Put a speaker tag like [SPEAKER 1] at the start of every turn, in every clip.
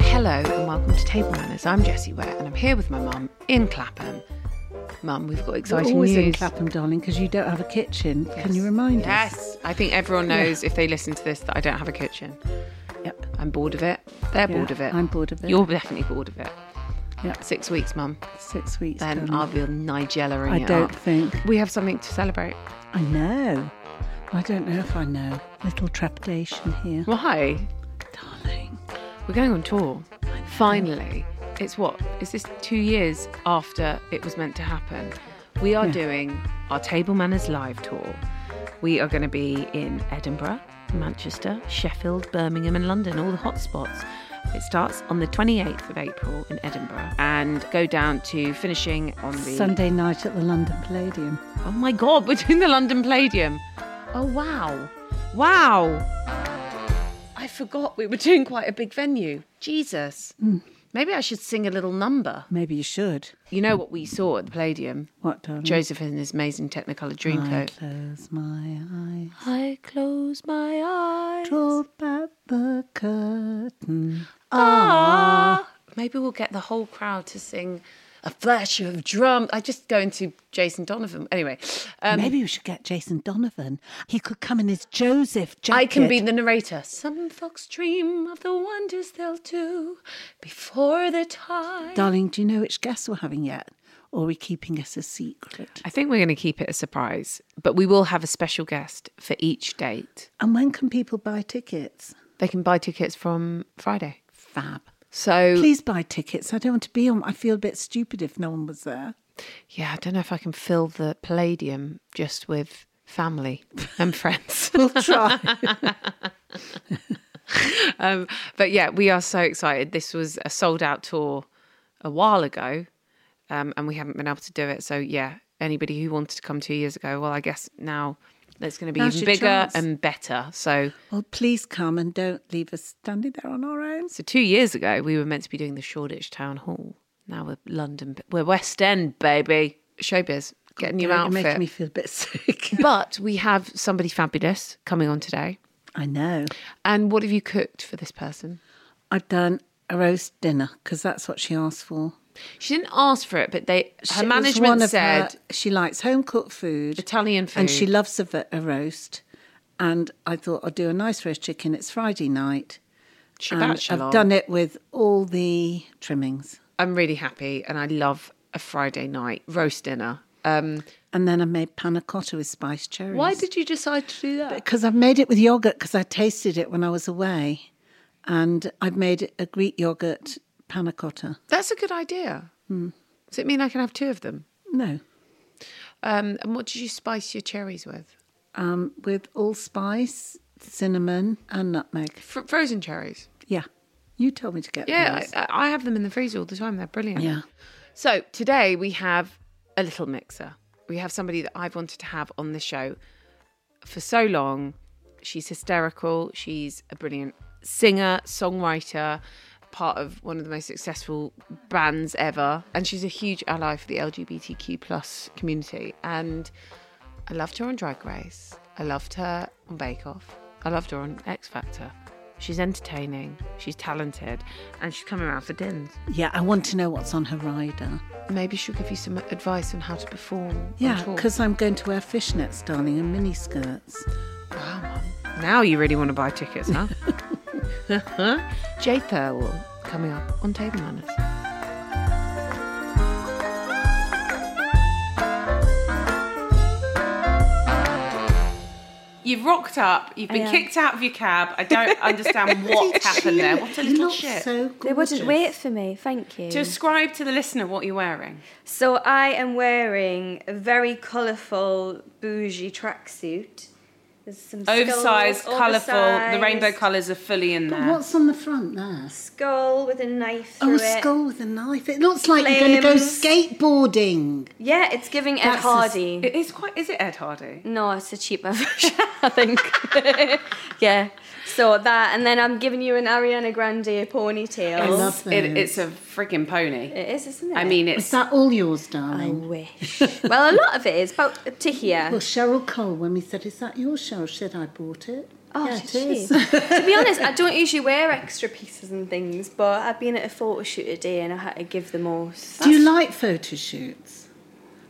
[SPEAKER 1] Hello and welcome to Table Manners. I'm Jessie Ware and I'm here with my mum in Clapham. Mum, we've got
[SPEAKER 2] We're
[SPEAKER 1] exciting
[SPEAKER 2] always
[SPEAKER 1] news.
[SPEAKER 2] in Clapham, darling, because you don't have a kitchen. Can
[SPEAKER 1] Yes.
[SPEAKER 2] you remind us?
[SPEAKER 1] Yes, I think everyone knows if they listen to this that I don't have a kitchen.
[SPEAKER 2] Yep.
[SPEAKER 1] I'm bored of it. They're
[SPEAKER 2] Yeah,
[SPEAKER 1] bored of it.
[SPEAKER 2] I'm bored of it.
[SPEAKER 1] You're definitely bored of it.
[SPEAKER 2] Yep.
[SPEAKER 1] Six weeks, mum.
[SPEAKER 2] Six weeks.
[SPEAKER 1] Then
[SPEAKER 2] darling.
[SPEAKER 1] I'll be Nigella
[SPEAKER 2] I
[SPEAKER 1] it
[SPEAKER 2] don't
[SPEAKER 1] up.
[SPEAKER 2] think.
[SPEAKER 1] we have something to celebrate.
[SPEAKER 2] I know. I don't know if I know. Little trepidation here,
[SPEAKER 1] Why?
[SPEAKER 2] darling.
[SPEAKER 1] We're going on tour. Finally. It's what? Is this two years after it was meant to happen? We are
[SPEAKER 2] Yeah.
[SPEAKER 1] doing our Table Manners live tour. We are going to be in Edinburgh, Manchester, Sheffield, Birmingham, and London, all the hotspots. It starts on the 28th of April in Edinburgh and go down to finishing on the.
[SPEAKER 2] Sunday night at the London Palladium.
[SPEAKER 1] Oh my God, we're doing the London Palladium. Oh wow. Wow. I forgot we were doing quite a big venue. Jesus. Maybe I should sing a little number.
[SPEAKER 2] Maybe you should.
[SPEAKER 1] You know what we saw at the Palladium?
[SPEAKER 2] What, darling?
[SPEAKER 1] Joseph in his amazing Technicolor
[SPEAKER 2] I
[SPEAKER 1] Dreamcoat.
[SPEAKER 2] close my eyes.
[SPEAKER 1] I close my eyes.
[SPEAKER 2] Draw back the curtain.
[SPEAKER 1] Ah. Maybe we'll get the whole crowd to sing a flash of drum. I just go into Jason Donovan. Anyway, um,
[SPEAKER 2] Maybe we should get Jason Donovan. He could come in his Joseph jacket.
[SPEAKER 1] I can be the narrator. Some folks dream of the wonders they'll do before the time.
[SPEAKER 2] Darling, do you know which guest we're having yet? Or are we keeping us a secret?
[SPEAKER 1] I think we're going to keep it a surprise, but we will have a special guest for each date.
[SPEAKER 2] And when can people buy tickets?
[SPEAKER 1] They can buy tickets from Friday.
[SPEAKER 2] Fab.
[SPEAKER 1] So,
[SPEAKER 2] Please buy tickets. I don't want to be on. I feel a bit stupid if no one was there.
[SPEAKER 1] yeah, I don't know if I can fill the Palladium just with family and friends.
[SPEAKER 2] We'll try.
[SPEAKER 1] um, but yeah, we are so excited. This was a sold out tour a while ago, um, and we haven't been able to do it. So yeah, anybody who wanted to come two years ago, well, I guess now it's going to be
[SPEAKER 2] Now's
[SPEAKER 1] even
[SPEAKER 2] your
[SPEAKER 1] bigger
[SPEAKER 2] chance.
[SPEAKER 1] and better. So
[SPEAKER 2] well, please come and don't leave us standing there on our own.
[SPEAKER 1] so two years ago, we were meant to be doing the Shoreditch Town Hall. Now we're London, we're West End, baby. Showbiz, get a new
[SPEAKER 2] You're
[SPEAKER 1] outfit.
[SPEAKER 2] making me feel a bit sick.
[SPEAKER 1] but we have somebody fabulous coming on today.
[SPEAKER 2] I know.
[SPEAKER 1] And what have you cooked for this person?
[SPEAKER 2] I've done a roast dinner because that's what she asked for.
[SPEAKER 1] She didn't ask for it, but they
[SPEAKER 2] She-
[SPEAKER 1] her
[SPEAKER 2] it was one
[SPEAKER 1] management
[SPEAKER 2] of
[SPEAKER 1] said
[SPEAKER 2] her- she likes home cooked food,
[SPEAKER 1] Italian food.
[SPEAKER 2] and she loves a, v- a roast. And I thought I'll do a nice roast chicken. It's Friday night.
[SPEAKER 1] She
[SPEAKER 2] And
[SPEAKER 1] batched
[SPEAKER 2] I've
[SPEAKER 1] along.
[SPEAKER 2] done it with all the trimmings.
[SPEAKER 1] I'm really happy, and I love a Friday night roast dinner. Um,
[SPEAKER 2] And then I made panna cotta with spiced cherries.
[SPEAKER 1] why did you decide to do that?
[SPEAKER 2] Because I've made it with yogurt because I tasted it when I was away. And I've made a Greek yogurt panna cotta.
[SPEAKER 1] That's a good idea. Does it mean I can have two of them?
[SPEAKER 2] No,
[SPEAKER 1] Um, and what did you spice your cherries with?
[SPEAKER 2] um, with allspice, cinnamon, and nutmeg.
[SPEAKER 1] Fr- frozen cherries.
[SPEAKER 2] Yeah. You told me to get
[SPEAKER 1] Yeah,
[SPEAKER 2] those.
[SPEAKER 1] I, I have them in the freezer all the time. They're brilliant.
[SPEAKER 2] Yeah.
[SPEAKER 1] So today we have a little mixer. We have somebody that I've wanted to have on the show for so long. She's hysterical. She's a brilliant singer, songwriter, part of one of the most successful bands ever, and she's a huge ally for the LGBTQ plus community. And I loved her on Drag Race. I loved her on Bake Off. I loved her on X Factor. She's entertaining. She's talented, and she's coming around for dins.
[SPEAKER 2] Yeah, I want to know what's on her rider.
[SPEAKER 1] Maybe she'll give you some advice on how to perform.
[SPEAKER 2] Yeah, because I'm going to wear fishnets, darling, and mini skirts.
[SPEAKER 1] now you really want to buy tickets, huh? Jay Thirlwall coming up on Table Manners.
[SPEAKER 3] You've rocked up. You've been
[SPEAKER 4] Yeah.
[SPEAKER 3] kicked out of your cab. I don't understand what happened there. What a
[SPEAKER 2] You
[SPEAKER 3] little
[SPEAKER 2] look
[SPEAKER 3] shit.
[SPEAKER 2] so
[SPEAKER 4] They wouldn't
[SPEAKER 2] gorgeous.
[SPEAKER 4] wait for me, thank you.
[SPEAKER 3] Describe to the listener what you're wearing.
[SPEAKER 4] So I am wearing a very colourful bougie tracksuit. There's some
[SPEAKER 3] Oversized,
[SPEAKER 4] skulls,
[SPEAKER 3] colourful. The
[SPEAKER 4] oversized,
[SPEAKER 3] rainbow colours are fully in there.
[SPEAKER 2] What's on the front there?
[SPEAKER 4] skull with a knife
[SPEAKER 2] Oh,
[SPEAKER 4] through
[SPEAKER 2] a
[SPEAKER 4] it.
[SPEAKER 2] skull with a knife. It looks like you're going to go
[SPEAKER 4] Flames.
[SPEAKER 2] skateboarding.
[SPEAKER 4] Yeah, it's giving Ed
[SPEAKER 2] That's a-
[SPEAKER 4] Hardy.
[SPEAKER 3] It is quite. Is it Ed Hardy?
[SPEAKER 4] No, it's a cheaper version, I think. yeah. So that, and then I'm giving you an Ariana Grande ponytail.
[SPEAKER 2] I love those.
[SPEAKER 3] It, it's a frigging pony.
[SPEAKER 4] it is, isn't it?
[SPEAKER 3] I mean,
[SPEAKER 2] Is
[SPEAKER 3] it's
[SPEAKER 2] that all yours,
[SPEAKER 4] I
[SPEAKER 2] darling?
[SPEAKER 4] wish. well, a lot of it is about up to here.
[SPEAKER 2] Well, Cheryl Cole, when we said, Is that yours, Cheryl? She said, I bought it.
[SPEAKER 4] Oh,
[SPEAKER 2] yeah,
[SPEAKER 4] did
[SPEAKER 2] it is.
[SPEAKER 4] she? to be honest, I don't usually wear extra pieces and things, but I've been at a photo shoot today and I had to give the most.
[SPEAKER 2] Do you like photo shoots?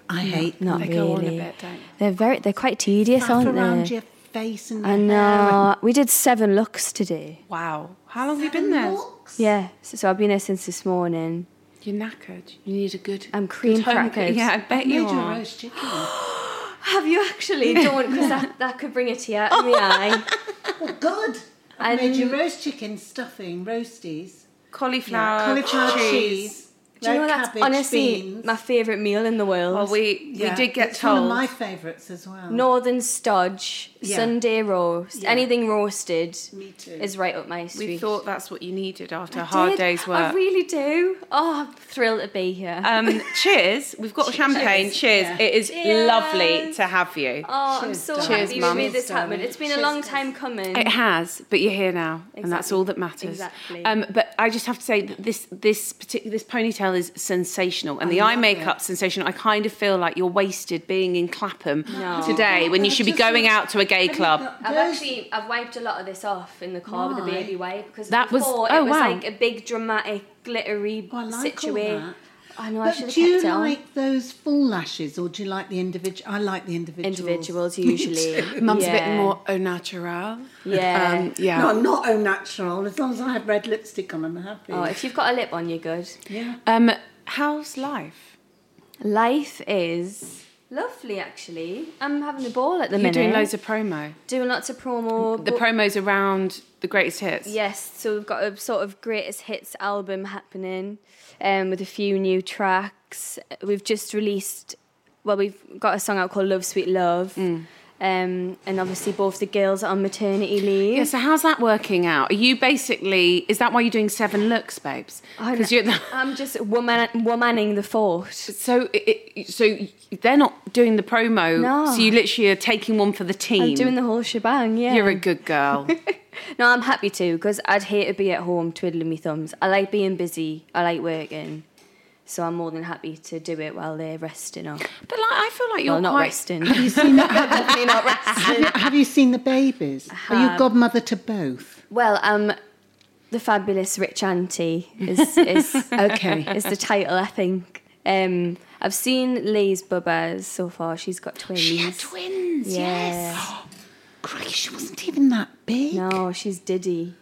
[SPEAKER 2] I hate
[SPEAKER 4] Not
[SPEAKER 3] They
[SPEAKER 4] really.
[SPEAKER 3] go on a bit, don't they?
[SPEAKER 4] They're very, they're quite tedious,
[SPEAKER 2] Stuff
[SPEAKER 4] aren't
[SPEAKER 2] around
[SPEAKER 4] they?
[SPEAKER 2] your face and
[SPEAKER 4] I
[SPEAKER 2] your hair
[SPEAKER 4] know. We did seven looks today.
[SPEAKER 3] wow. How long have you
[SPEAKER 2] and
[SPEAKER 3] been there?
[SPEAKER 2] looks.
[SPEAKER 4] Yeah. So, so I've been here since this morning.
[SPEAKER 3] You're knackered. You need a good.
[SPEAKER 4] I'm cream
[SPEAKER 3] good home-
[SPEAKER 4] crackers.
[SPEAKER 3] Yeah, I bet
[SPEAKER 2] Made
[SPEAKER 3] you
[SPEAKER 2] your
[SPEAKER 3] are.
[SPEAKER 2] roast chicken. Oh,
[SPEAKER 4] Have you actually? Don't, because that, that could bring a tear to my eye.
[SPEAKER 2] Good. I
[SPEAKER 4] I
[SPEAKER 2] made you
[SPEAKER 4] l-
[SPEAKER 2] roast chicken stuffing, roasties,
[SPEAKER 3] Cauliflower,
[SPEAKER 2] cauliflower cheese,
[SPEAKER 4] Do you
[SPEAKER 2] red
[SPEAKER 4] know that's
[SPEAKER 2] cabbage,
[SPEAKER 4] honestly
[SPEAKER 2] beans.
[SPEAKER 4] my favourite meal in the world?
[SPEAKER 3] Well, we
[SPEAKER 2] Yeah,
[SPEAKER 3] we did get
[SPEAKER 2] it's
[SPEAKER 3] told.
[SPEAKER 2] one of my favourites as well.
[SPEAKER 4] Northern stodge,
[SPEAKER 2] Yeah.
[SPEAKER 4] Sunday roast,
[SPEAKER 2] Yeah.
[SPEAKER 4] anything roasted
[SPEAKER 2] Me too.
[SPEAKER 4] is right up my street.
[SPEAKER 3] we thought that's what you needed after a
[SPEAKER 4] I
[SPEAKER 3] hard
[SPEAKER 4] did.
[SPEAKER 3] day's
[SPEAKER 4] I
[SPEAKER 3] work.
[SPEAKER 4] really do. Oh, I'm thrilled to be here.
[SPEAKER 3] Um, cheers. We've got champagne. Cheers. It is
[SPEAKER 4] Cheers.
[SPEAKER 3] lovely to have you.
[SPEAKER 4] oh, I'm
[SPEAKER 2] cheers,
[SPEAKER 4] so
[SPEAKER 2] darling.
[SPEAKER 3] Cheers,
[SPEAKER 4] happy we
[SPEAKER 3] Mum.
[SPEAKER 4] made this happen.
[SPEAKER 2] darling.
[SPEAKER 4] It's been a
[SPEAKER 2] Cheers,
[SPEAKER 4] long
[SPEAKER 2] guys.
[SPEAKER 4] time coming.
[SPEAKER 3] It has, but you're here now, and that's
[SPEAKER 4] Exactly.
[SPEAKER 3] all that matters.
[SPEAKER 4] Exactly.
[SPEAKER 3] Um, but I just have to say that this this particular this ponytail is sensational, and the eye makeup's sensational. I kind of feel like you're wasted being in Clapham today when you should be going out to a gay club.
[SPEAKER 4] I've actually I've wiped a lot of this off in the car with the
[SPEAKER 2] Oh,
[SPEAKER 4] baby wipe because
[SPEAKER 3] That was-
[SPEAKER 4] before
[SPEAKER 3] oh,
[SPEAKER 4] it was
[SPEAKER 3] wow.
[SPEAKER 4] like a big dramatic glittery
[SPEAKER 2] Oh, I like all
[SPEAKER 4] situation.
[SPEAKER 2] that.
[SPEAKER 4] I know I should
[SPEAKER 2] But
[SPEAKER 4] have
[SPEAKER 2] do you
[SPEAKER 4] kept it on.
[SPEAKER 2] like those full lashes, or do you like the individual? I like the individuals.
[SPEAKER 4] individuals usually.
[SPEAKER 3] Mum's a
[SPEAKER 4] Yeah.
[SPEAKER 3] bit more au naturel.
[SPEAKER 4] Yeah.
[SPEAKER 3] Um, yeah.
[SPEAKER 2] No, I'm not au natural. As long as I have red lipstick on, I'm happy.
[SPEAKER 4] Oh, if you've got a lip on, you're good.
[SPEAKER 2] yeah.
[SPEAKER 3] Um, how's life?
[SPEAKER 4] Life is lovely, actually. I'm having a ball at the
[SPEAKER 3] You're
[SPEAKER 4] minute.
[SPEAKER 3] doing loads of promo.
[SPEAKER 4] doing lots of promo.
[SPEAKER 3] The
[SPEAKER 4] but-
[SPEAKER 3] promos around the greatest hits.
[SPEAKER 4] Yes, so we've got a sort of greatest hits album happening, um, with a few new tracks. We've just released, well, we've got a song out called "Love Sweet Love,"
[SPEAKER 3] Mm.
[SPEAKER 4] um, and obviously both the girls are on maternity leave.
[SPEAKER 3] Yeah, so how's that working out? Are you basically is that why you're doing seven looks, babes?
[SPEAKER 4] I
[SPEAKER 3] Because
[SPEAKER 4] know-
[SPEAKER 3] you're the,
[SPEAKER 4] Oh, I'm just woman womaning the fort.
[SPEAKER 3] so it, it- so they're not doing the promo.
[SPEAKER 4] No.
[SPEAKER 3] So you literally are taking one for the team.
[SPEAKER 4] I'm doing the whole shebang. Yeah,
[SPEAKER 3] You're a good girl.
[SPEAKER 4] No, I'm happy to because I'd hate to be at home twiddling my thumbs. I like being busy. I like working. So I'm more than happy to do it while they're resting up.
[SPEAKER 3] but like, I feel like you're
[SPEAKER 4] well, not
[SPEAKER 3] quite,
[SPEAKER 4] resting.
[SPEAKER 2] Definitely not Have you seen the babies? Are you godmother to both?
[SPEAKER 4] well, um, the fabulous rich auntie is is
[SPEAKER 2] Okay.
[SPEAKER 4] is the title, I think. Um, I've seen Lee's bubbas so far. She's got twins.
[SPEAKER 2] She had twins.
[SPEAKER 4] Yeah.
[SPEAKER 2] Yes. Crikey, she wasn't even that big.
[SPEAKER 4] No, she's Diddy.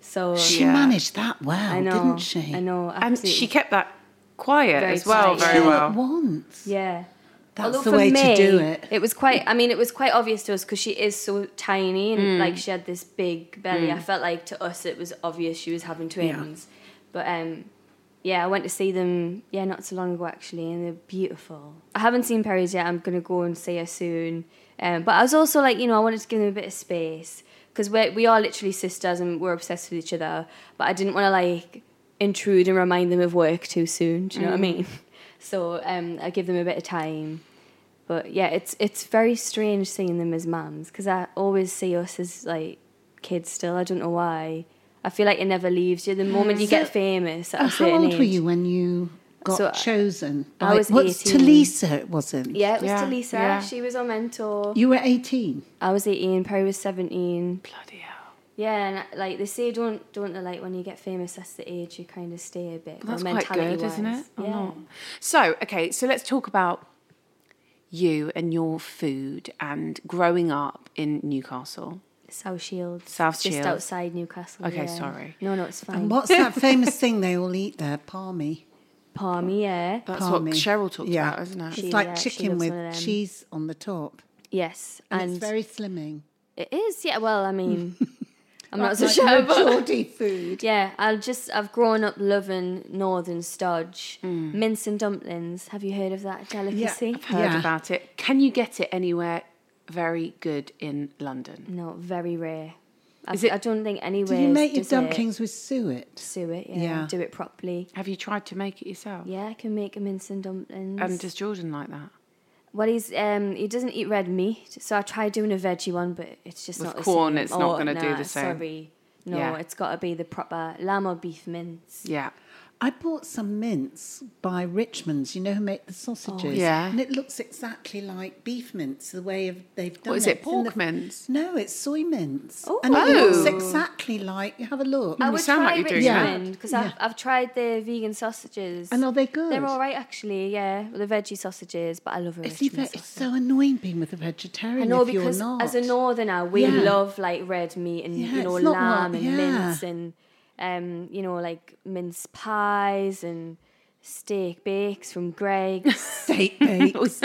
[SPEAKER 4] So
[SPEAKER 2] She managed that well,
[SPEAKER 4] I know,
[SPEAKER 2] didn't she?
[SPEAKER 4] I know.
[SPEAKER 3] And
[SPEAKER 4] Absolutely.
[SPEAKER 3] she kept that quiet
[SPEAKER 4] Very
[SPEAKER 3] as well,
[SPEAKER 4] tight,
[SPEAKER 3] very
[SPEAKER 4] yeah.
[SPEAKER 2] At
[SPEAKER 3] well.
[SPEAKER 2] once.
[SPEAKER 4] Yeah.
[SPEAKER 2] That's
[SPEAKER 4] Although
[SPEAKER 2] the
[SPEAKER 4] for
[SPEAKER 2] way
[SPEAKER 4] me,
[SPEAKER 2] to do it.
[SPEAKER 4] It was quite. I mean, it was quite obvious to us because she is so tiny and
[SPEAKER 2] Mm.
[SPEAKER 4] like she had this big belly. I felt like to us it was obvious she was having twins, but um, yeah, I went to see them yeah not so long ago actually, and they're beautiful. I haven't seen Perry's yet. I'm gonna go and see her soon. Um, but I was also like, you know, I wanted to give them a bit of space because we we are literally sisters and we're obsessed with each other. But I didn't want to like intrude and remind them of work too soon. Do you know what I
[SPEAKER 2] Mm.
[SPEAKER 4] mean? So um, I give them a bit of time. But yeah, it's it's very strange seeing them as mums because I always see us as like kids still. I don't know why. I feel like it never leaves you. The moment you get famous, at a
[SPEAKER 2] How
[SPEAKER 4] certain
[SPEAKER 2] old were
[SPEAKER 4] age-
[SPEAKER 2] you when you got
[SPEAKER 4] So I-
[SPEAKER 2] chosen?
[SPEAKER 4] I
[SPEAKER 2] by-
[SPEAKER 4] was
[SPEAKER 2] what's
[SPEAKER 4] 18.
[SPEAKER 2] Talisa, it wasn't.
[SPEAKER 4] Yeah, it was
[SPEAKER 3] Yeah,
[SPEAKER 4] to Lisa.
[SPEAKER 3] yeah.
[SPEAKER 4] She was our mentor.
[SPEAKER 2] You were 18.
[SPEAKER 4] I was eighteen. Perry was seventeen.
[SPEAKER 3] Bloody hell.
[SPEAKER 4] Yeah, and like they say, don't don't they, like when you get famous, that's the age you kind of stay a bit.
[SPEAKER 3] That's
[SPEAKER 4] or
[SPEAKER 3] quite good,
[SPEAKER 4] mentality-wise.
[SPEAKER 3] isn't it? Or
[SPEAKER 4] Yeah.
[SPEAKER 3] not? So, okay, so let's talk about you and your food and growing up in Newcastle.
[SPEAKER 4] South Shields.
[SPEAKER 3] South
[SPEAKER 4] Just
[SPEAKER 3] Shields.
[SPEAKER 4] outside Newcastle.
[SPEAKER 3] Okay,
[SPEAKER 4] yeah.
[SPEAKER 3] sorry.
[SPEAKER 4] No, no, it's fine.
[SPEAKER 2] And what's that famous thing they all eat there? Palmy.
[SPEAKER 4] Palmy, yeah.
[SPEAKER 3] That's
[SPEAKER 2] Palmy.
[SPEAKER 3] what Cheryl talked
[SPEAKER 2] Yeah.
[SPEAKER 3] about, isn't it?
[SPEAKER 4] She-
[SPEAKER 2] It's like
[SPEAKER 4] yeah, she
[SPEAKER 2] chicken
[SPEAKER 4] loves
[SPEAKER 2] with
[SPEAKER 4] one of them.
[SPEAKER 2] cheese on the top.
[SPEAKER 4] Yes.
[SPEAKER 2] And,
[SPEAKER 4] And
[SPEAKER 2] it's very slimming.
[SPEAKER 4] It is, yeah. Well, I mean, I'm not
[SPEAKER 2] That's
[SPEAKER 4] so
[SPEAKER 2] like
[SPEAKER 4] sure, but
[SPEAKER 2] majority food.
[SPEAKER 4] yeah, I just I've grown up loving northern stodge,
[SPEAKER 3] Mm.
[SPEAKER 4] mince and dumplings. Have you heard of that delicacy?
[SPEAKER 2] I've
[SPEAKER 3] Heard
[SPEAKER 2] Yeah.
[SPEAKER 3] about it. Can you get it anywhere very good in London?
[SPEAKER 4] No, very rare. I,
[SPEAKER 3] Is it-
[SPEAKER 4] I don't think
[SPEAKER 2] Do
[SPEAKER 4] anywhere.
[SPEAKER 2] you make your
[SPEAKER 4] does it.
[SPEAKER 2] dumplings with suet?
[SPEAKER 4] Do it, yeah.
[SPEAKER 2] Yeah.
[SPEAKER 4] Do it properly.
[SPEAKER 3] Have you tried to make it yourself?
[SPEAKER 4] Yeah, I can make mince and dumplings.
[SPEAKER 3] And does Jordan like that?
[SPEAKER 4] Well, he's um he doesn't eat red meat, so I tried doing a veggie one, but it's just
[SPEAKER 3] With
[SPEAKER 4] not the
[SPEAKER 3] corn,
[SPEAKER 4] same.
[SPEAKER 3] it's not
[SPEAKER 4] Oh,
[SPEAKER 3] gonna do
[SPEAKER 4] nah,
[SPEAKER 3] the same.
[SPEAKER 4] Sorry, no,
[SPEAKER 3] Yeah.
[SPEAKER 4] it's got to be the proper lamb or beef mince.
[SPEAKER 3] Yeah.
[SPEAKER 2] I bought some mince by Richmond's. You know who make the sausages?
[SPEAKER 4] Oh,
[SPEAKER 3] Yeah.
[SPEAKER 2] And it looks exactly like beef mince, the way of, they've done
[SPEAKER 3] is
[SPEAKER 2] it.
[SPEAKER 3] it,
[SPEAKER 2] It's in
[SPEAKER 3] pork mince?
[SPEAKER 2] No, it's soy mince.
[SPEAKER 4] Oh.
[SPEAKER 2] and it looks
[SPEAKER 3] Oh.
[SPEAKER 2] exactly like. You have a look.
[SPEAKER 4] I
[SPEAKER 3] you
[SPEAKER 4] would
[SPEAKER 3] sound
[SPEAKER 4] try
[SPEAKER 3] like you're doing that.
[SPEAKER 4] Richmond because I've, I've tried the vegan sausages.
[SPEAKER 2] And are they good?
[SPEAKER 4] They're all right, actually. Yeah, the veggie sausages, but I love a
[SPEAKER 2] It's, even,
[SPEAKER 4] Richmond
[SPEAKER 2] it's
[SPEAKER 4] sausage.
[SPEAKER 2] so annoying being with a vegetarian
[SPEAKER 4] I know
[SPEAKER 2] if
[SPEAKER 4] because
[SPEAKER 2] you're not.
[SPEAKER 4] as a northerner, we
[SPEAKER 2] Yeah.
[SPEAKER 4] love like red meat and
[SPEAKER 2] Yeah,
[SPEAKER 4] you know
[SPEAKER 2] it's not
[SPEAKER 4] lamb
[SPEAKER 2] what-
[SPEAKER 4] and
[SPEAKER 2] yeah.
[SPEAKER 4] mince and um, you know like mince pies and steak bakes from Greg's.
[SPEAKER 2] Steak bakes.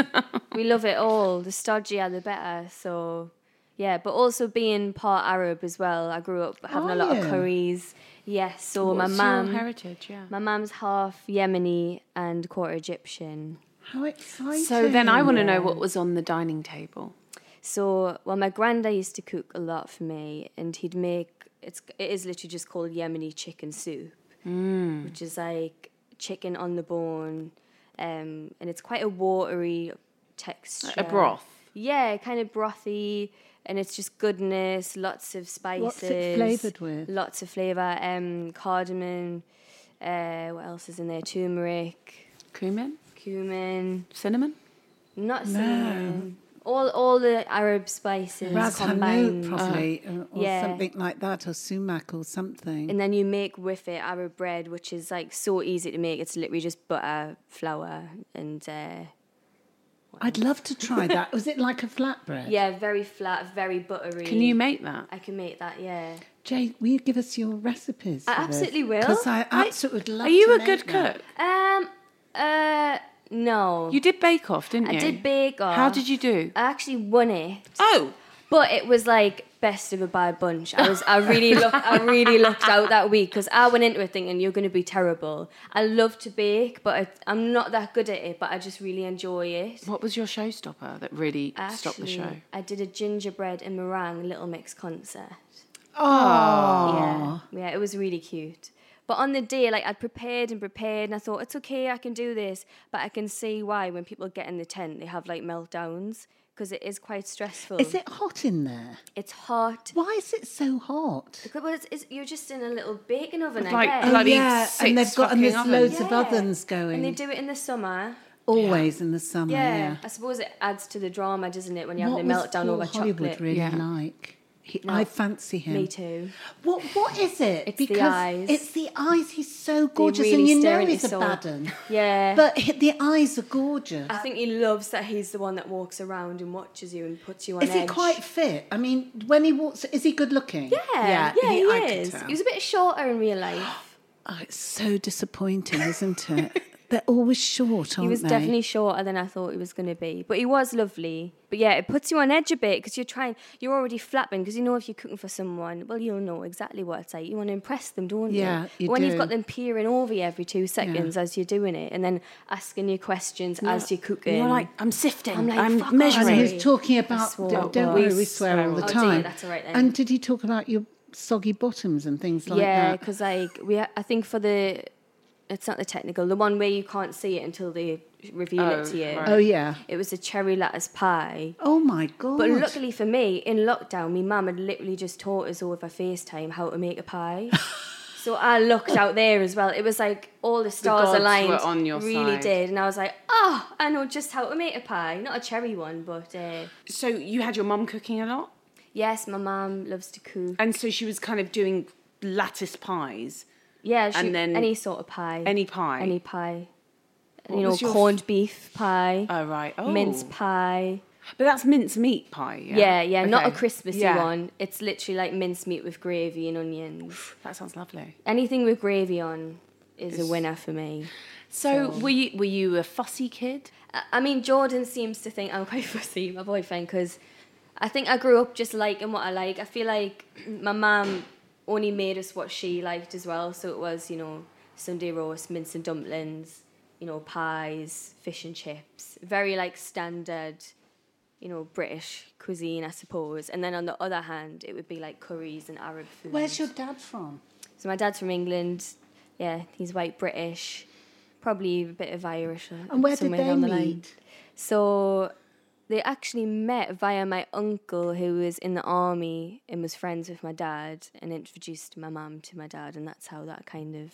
[SPEAKER 4] we love it all. The stodgier, the better. So yeah, but also being part Arab as well. I grew up having
[SPEAKER 2] Are
[SPEAKER 4] a lot
[SPEAKER 2] you?
[SPEAKER 4] of curries. Yes, so my
[SPEAKER 3] What's
[SPEAKER 4] mum.
[SPEAKER 3] your heritage? Yeah.
[SPEAKER 4] My mum's half Yemeni and quarter Egyptian.
[SPEAKER 2] How exciting.
[SPEAKER 3] So then I want to know what was on the dining table.
[SPEAKER 4] So, well, my granddad used to cook a lot for me, and he'd make it's it is literally just called Yemeni chicken soup,
[SPEAKER 2] Mm.
[SPEAKER 4] which is like chicken on the bone, um, and it's quite a watery texture,
[SPEAKER 3] A broth.
[SPEAKER 4] yeah, kind of brothy, and it's just goodness, lots of spices,
[SPEAKER 2] What's it flavoured with?
[SPEAKER 4] lots of flavor, um, cardamom, uh, what else is in there? Turmeric,
[SPEAKER 3] Cumin?
[SPEAKER 4] cumin.
[SPEAKER 3] Cinnamon?
[SPEAKER 4] Not cinnamon. All all the Arab spices
[SPEAKER 2] Ras
[SPEAKER 4] combined.
[SPEAKER 2] Hanout, probably, or, or
[SPEAKER 4] uh, yeah.
[SPEAKER 2] something like that, or sumac or something.
[SPEAKER 4] And then you make with it Arab bread, which is like so easy to make. It's literally just butter, flour, and uh,
[SPEAKER 2] I'd love to try that. Was it like a flatbread?
[SPEAKER 4] yeah, very flat, very buttery.
[SPEAKER 3] Can you make that?
[SPEAKER 4] I can make that. Yeah.
[SPEAKER 2] Jay, will you give us your recipes?
[SPEAKER 4] I absolutely will.
[SPEAKER 2] Because I
[SPEAKER 3] I-
[SPEAKER 2] absolutely would love
[SPEAKER 3] Are you
[SPEAKER 2] to
[SPEAKER 3] a
[SPEAKER 2] make
[SPEAKER 3] good
[SPEAKER 2] that.
[SPEAKER 3] cook?
[SPEAKER 4] Um. Uh. No.
[SPEAKER 3] You did Bake Off, didn't
[SPEAKER 4] I
[SPEAKER 3] you?
[SPEAKER 4] did Bake
[SPEAKER 3] How
[SPEAKER 4] Off.
[SPEAKER 3] did you do?
[SPEAKER 4] I actually won it,
[SPEAKER 3] Oh,
[SPEAKER 4] but it was like best of a bad bunch. I was. I really look. I really looked out that week because I went into it thinking you're going to be terrible. I love to bake, but I, I'm not that good at it. But I just really enjoy it.
[SPEAKER 3] what was your showstopper that really
[SPEAKER 4] Actually,
[SPEAKER 3] stopped the show?
[SPEAKER 4] I did a gingerbread and meringue Little Mix concert.
[SPEAKER 3] Oh,
[SPEAKER 4] Yeah, yeah, it was really cute. But on the day, like I'd prepared and prepared, and I thought it's okay, I can do this. But I can see why when people get in the tent, they have like meltdowns because it is quite stressful.
[SPEAKER 2] Is it hot in there?
[SPEAKER 4] It's hot.
[SPEAKER 2] Why is it so hot?
[SPEAKER 4] Well, it's, it's, you're just in a little baking oven,
[SPEAKER 3] It's
[SPEAKER 4] I
[SPEAKER 3] like
[SPEAKER 4] guess.
[SPEAKER 3] Oh, bloody
[SPEAKER 2] yeah,
[SPEAKER 3] six
[SPEAKER 2] and they've got and
[SPEAKER 3] fucking
[SPEAKER 2] there's loads
[SPEAKER 3] ovens.
[SPEAKER 2] of ovens going.
[SPEAKER 4] and they do it in the summer.
[SPEAKER 2] always in the summer.
[SPEAKER 4] Yeah.
[SPEAKER 2] Yeah,
[SPEAKER 4] I suppose it adds to the drama, doesn't it, when you're
[SPEAKER 2] what
[SPEAKER 4] having a
[SPEAKER 2] was
[SPEAKER 4] meltdown
[SPEAKER 2] Paul
[SPEAKER 4] over
[SPEAKER 2] Hollywood
[SPEAKER 4] chocolate?
[SPEAKER 2] really
[SPEAKER 3] Yeah.
[SPEAKER 2] like? He, I fancy him.
[SPEAKER 4] Me too.
[SPEAKER 2] What What is it?
[SPEAKER 4] It's the eyes.
[SPEAKER 2] It's the eyes. He's so gorgeous, and
[SPEAKER 4] really
[SPEAKER 2] you
[SPEAKER 4] stare
[SPEAKER 2] know
[SPEAKER 4] into
[SPEAKER 2] he's a
[SPEAKER 4] soul.
[SPEAKER 2] baddon.
[SPEAKER 4] Yeah.
[SPEAKER 2] but he- the eyes are gorgeous.
[SPEAKER 4] I think he loves that he's the one that walks around and watches you and puts you on
[SPEAKER 2] Is
[SPEAKER 4] edge.
[SPEAKER 2] he quite fit? I mean, when he walks, is he good looking?
[SPEAKER 4] Yeah, yeah, he,
[SPEAKER 2] I could
[SPEAKER 4] is.
[SPEAKER 2] tell.
[SPEAKER 4] He was a bit shorter in real life.
[SPEAKER 2] Oh, it's so disappointing, isn't it? They're always short, aren't
[SPEAKER 4] he was
[SPEAKER 2] they?
[SPEAKER 4] definitely shorter than I thought he was going to be, but he was lovely. But yeah, it puts you on edge a bit because you're trying, you're already flapping because you know if you're cooking for someone, well, you'll know exactly what it's like. You want to impress them, don't you?
[SPEAKER 2] Yeah, you
[SPEAKER 4] But when you've
[SPEAKER 2] do.
[SPEAKER 4] got them peering over you every two seconds as you're doing it, and then asking you questions as you're cooking,
[SPEAKER 3] You're like, I'm sifting.
[SPEAKER 4] I'm
[SPEAKER 3] I'm,
[SPEAKER 4] like, fuck off.
[SPEAKER 2] And
[SPEAKER 3] measuring.
[SPEAKER 2] he
[SPEAKER 4] Sorry.
[SPEAKER 2] was talking
[SPEAKER 4] I
[SPEAKER 2] about.
[SPEAKER 4] swore.
[SPEAKER 2] Don't, don't
[SPEAKER 4] Oh,
[SPEAKER 2] worry,
[SPEAKER 3] we
[SPEAKER 2] we swear all the
[SPEAKER 4] swear. Oh, dear,
[SPEAKER 2] time.
[SPEAKER 4] that's all right then.
[SPEAKER 2] And did he talk about your soggy bottoms and things like
[SPEAKER 4] yeah,
[SPEAKER 2] that?
[SPEAKER 4] because like we, I think for the, it's not the technical, the one where you can't see it until they reveal it to you.
[SPEAKER 2] Oh yeah.
[SPEAKER 4] It was a cherry lettuce pie.
[SPEAKER 2] Oh my god.
[SPEAKER 4] But luckily for me, in lockdown, my mum had literally just taught us over FaceTime how to make a pie. so I looked out there as well. It was like all the stars
[SPEAKER 3] gods
[SPEAKER 4] aligned.
[SPEAKER 3] were on your
[SPEAKER 4] really
[SPEAKER 3] side.
[SPEAKER 4] did. And I was like, oh, I know just how to make a pie. Not a cherry one, but uh,
[SPEAKER 3] So you had your mum cooking a lot,
[SPEAKER 4] yes, my mum loves to cook.
[SPEAKER 3] and so she was kind of doing lattice pies.
[SPEAKER 4] Yeah, she,
[SPEAKER 3] and then-
[SPEAKER 4] any sort of pie.
[SPEAKER 3] any pie?
[SPEAKER 4] Any pie.
[SPEAKER 3] What
[SPEAKER 4] you know,
[SPEAKER 3] was your f-
[SPEAKER 4] corned beef pie.
[SPEAKER 3] Oh right. Oh.
[SPEAKER 4] Mince pie.
[SPEAKER 3] But that's mince meat pie. Yeah.
[SPEAKER 4] Yeah, yeah, not a
[SPEAKER 3] Okay.
[SPEAKER 4] Christmassy
[SPEAKER 3] Yeah.
[SPEAKER 4] one. It's literally like mincemeat with gravy and onions.
[SPEAKER 3] That sounds lovely.
[SPEAKER 4] Anything with gravy on is a winner for me.
[SPEAKER 3] So, were you were you a fussy kid?
[SPEAKER 4] I- I mean, Jordan seems to think I'm quite fussy, my boyfriend, because I think I grew up just liking what I like. I feel like my mum only made us what she liked as well. So it was, you know, Sunday roast, mince and dumplings, you know, pies, fish and chips. Very like standard, you know, British cuisine, I suppose. And then on the other hand, it would be like curries and Arab food.
[SPEAKER 2] Where's your dad from?
[SPEAKER 4] So my dad's from England. Yeah, he's white British, probably a bit of Irish. uh,
[SPEAKER 2] And where did
[SPEAKER 4] somewhere
[SPEAKER 2] they
[SPEAKER 4] down the line.
[SPEAKER 2] meet?
[SPEAKER 4] So they actually met via my uncle, who was in the army and was friends with my dad, and introduced my mum to my dad, and that's how that kind of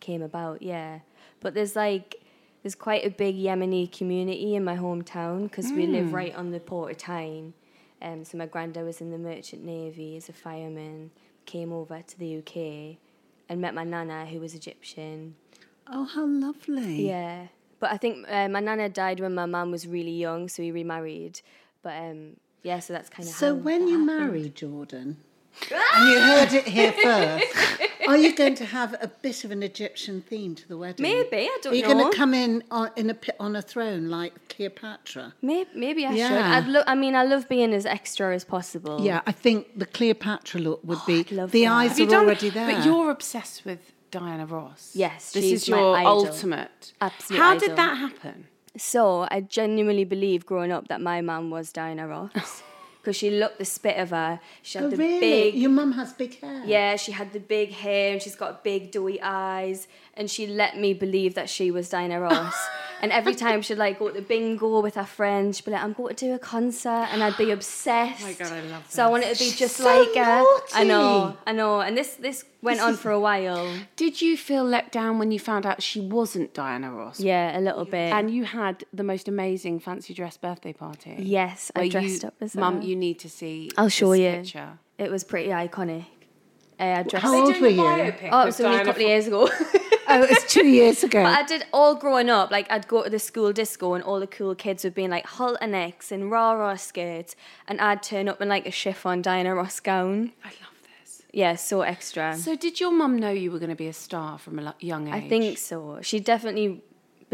[SPEAKER 4] came about. Yeah, but there's like there's quite a big Yemeni community in my hometown because we live right on the port of Tyne. Um, so my granddad was in the merchant navy as a fireman, came over to the UK, and met my nana who was Egyptian.
[SPEAKER 2] Oh, how lovely.
[SPEAKER 4] Yeah, but I think uh, my nana died when my mum was really young, so we remarried. But um, yeah, so that's kind of
[SPEAKER 2] So when you marry Jordan, and you heard it here first, are you going to have a bit of an Egyptian theme to the wedding?
[SPEAKER 4] Maybe, I don't
[SPEAKER 2] Are you going
[SPEAKER 4] know.
[SPEAKER 2] to come in on, in a pi- on a throne like Cleopatra?
[SPEAKER 4] maybe, maybe I
[SPEAKER 2] Yeah.
[SPEAKER 4] should. I'd lo- I mean, I love being as extra as possible.
[SPEAKER 2] Yeah, I think the Cleopatra look would be.
[SPEAKER 4] I'd Oh. love
[SPEAKER 2] the
[SPEAKER 4] that.
[SPEAKER 2] eyes
[SPEAKER 4] Have
[SPEAKER 2] are already there.
[SPEAKER 3] But you're obsessed with Diana Ross.
[SPEAKER 4] Yes,
[SPEAKER 3] this
[SPEAKER 4] she's
[SPEAKER 3] is your
[SPEAKER 4] my idol.
[SPEAKER 3] ultimate.
[SPEAKER 4] Absolute
[SPEAKER 3] How
[SPEAKER 4] idol.
[SPEAKER 3] did that happen?
[SPEAKER 4] So I genuinely believe growing up that my mum was Diana Ross because she looked the spit of her. She had
[SPEAKER 2] oh,
[SPEAKER 4] the
[SPEAKER 2] really?
[SPEAKER 4] big
[SPEAKER 2] Your mum has big hair.
[SPEAKER 4] Yeah, she had the big hair and she's got big dewy eyes, and she let me believe that she was Diana Ross. and every time she'd like go to bingo with her friends, she'd be like, "I'm going to do a concert," and I'd be obsessed.
[SPEAKER 3] Oh my God, I love
[SPEAKER 4] So I
[SPEAKER 3] that.
[SPEAKER 4] wanted to be just
[SPEAKER 2] so
[SPEAKER 4] like her. I
[SPEAKER 2] naughty.
[SPEAKER 4] know, I know. And this this went on for a while.
[SPEAKER 3] Did you feel let down when you found out she wasn't Diana Ross?
[SPEAKER 4] Yeah, a little bit.
[SPEAKER 3] And you had the most amazing fancy dress birthday party.
[SPEAKER 4] yes, I
[SPEAKER 3] Where
[SPEAKER 4] dressed
[SPEAKER 3] you,
[SPEAKER 4] up as
[SPEAKER 3] Mum,
[SPEAKER 4] her.
[SPEAKER 3] you need to see.
[SPEAKER 4] I'll show
[SPEAKER 3] this
[SPEAKER 4] you.
[SPEAKER 3] Picture.
[SPEAKER 4] It was pretty iconic. Uh, I dressed.
[SPEAKER 2] How old were you?
[SPEAKER 4] Oh, it was only a couple of years ago.
[SPEAKER 2] Oh, it was two years ago.
[SPEAKER 4] But I did all growing up. Like I'd go to the school disco, and all the cool kids would be in like halternecks and rah rah skirts, and I'd turn up in like a chiffon Diana Ross gown.
[SPEAKER 3] I love this.
[SPEAKER 4] Yeah, so extra.
[SPEAKER 3] So, did your mum know you were going to be a star from a lo- young age?
[SPEAKER 4] I think so. She definitely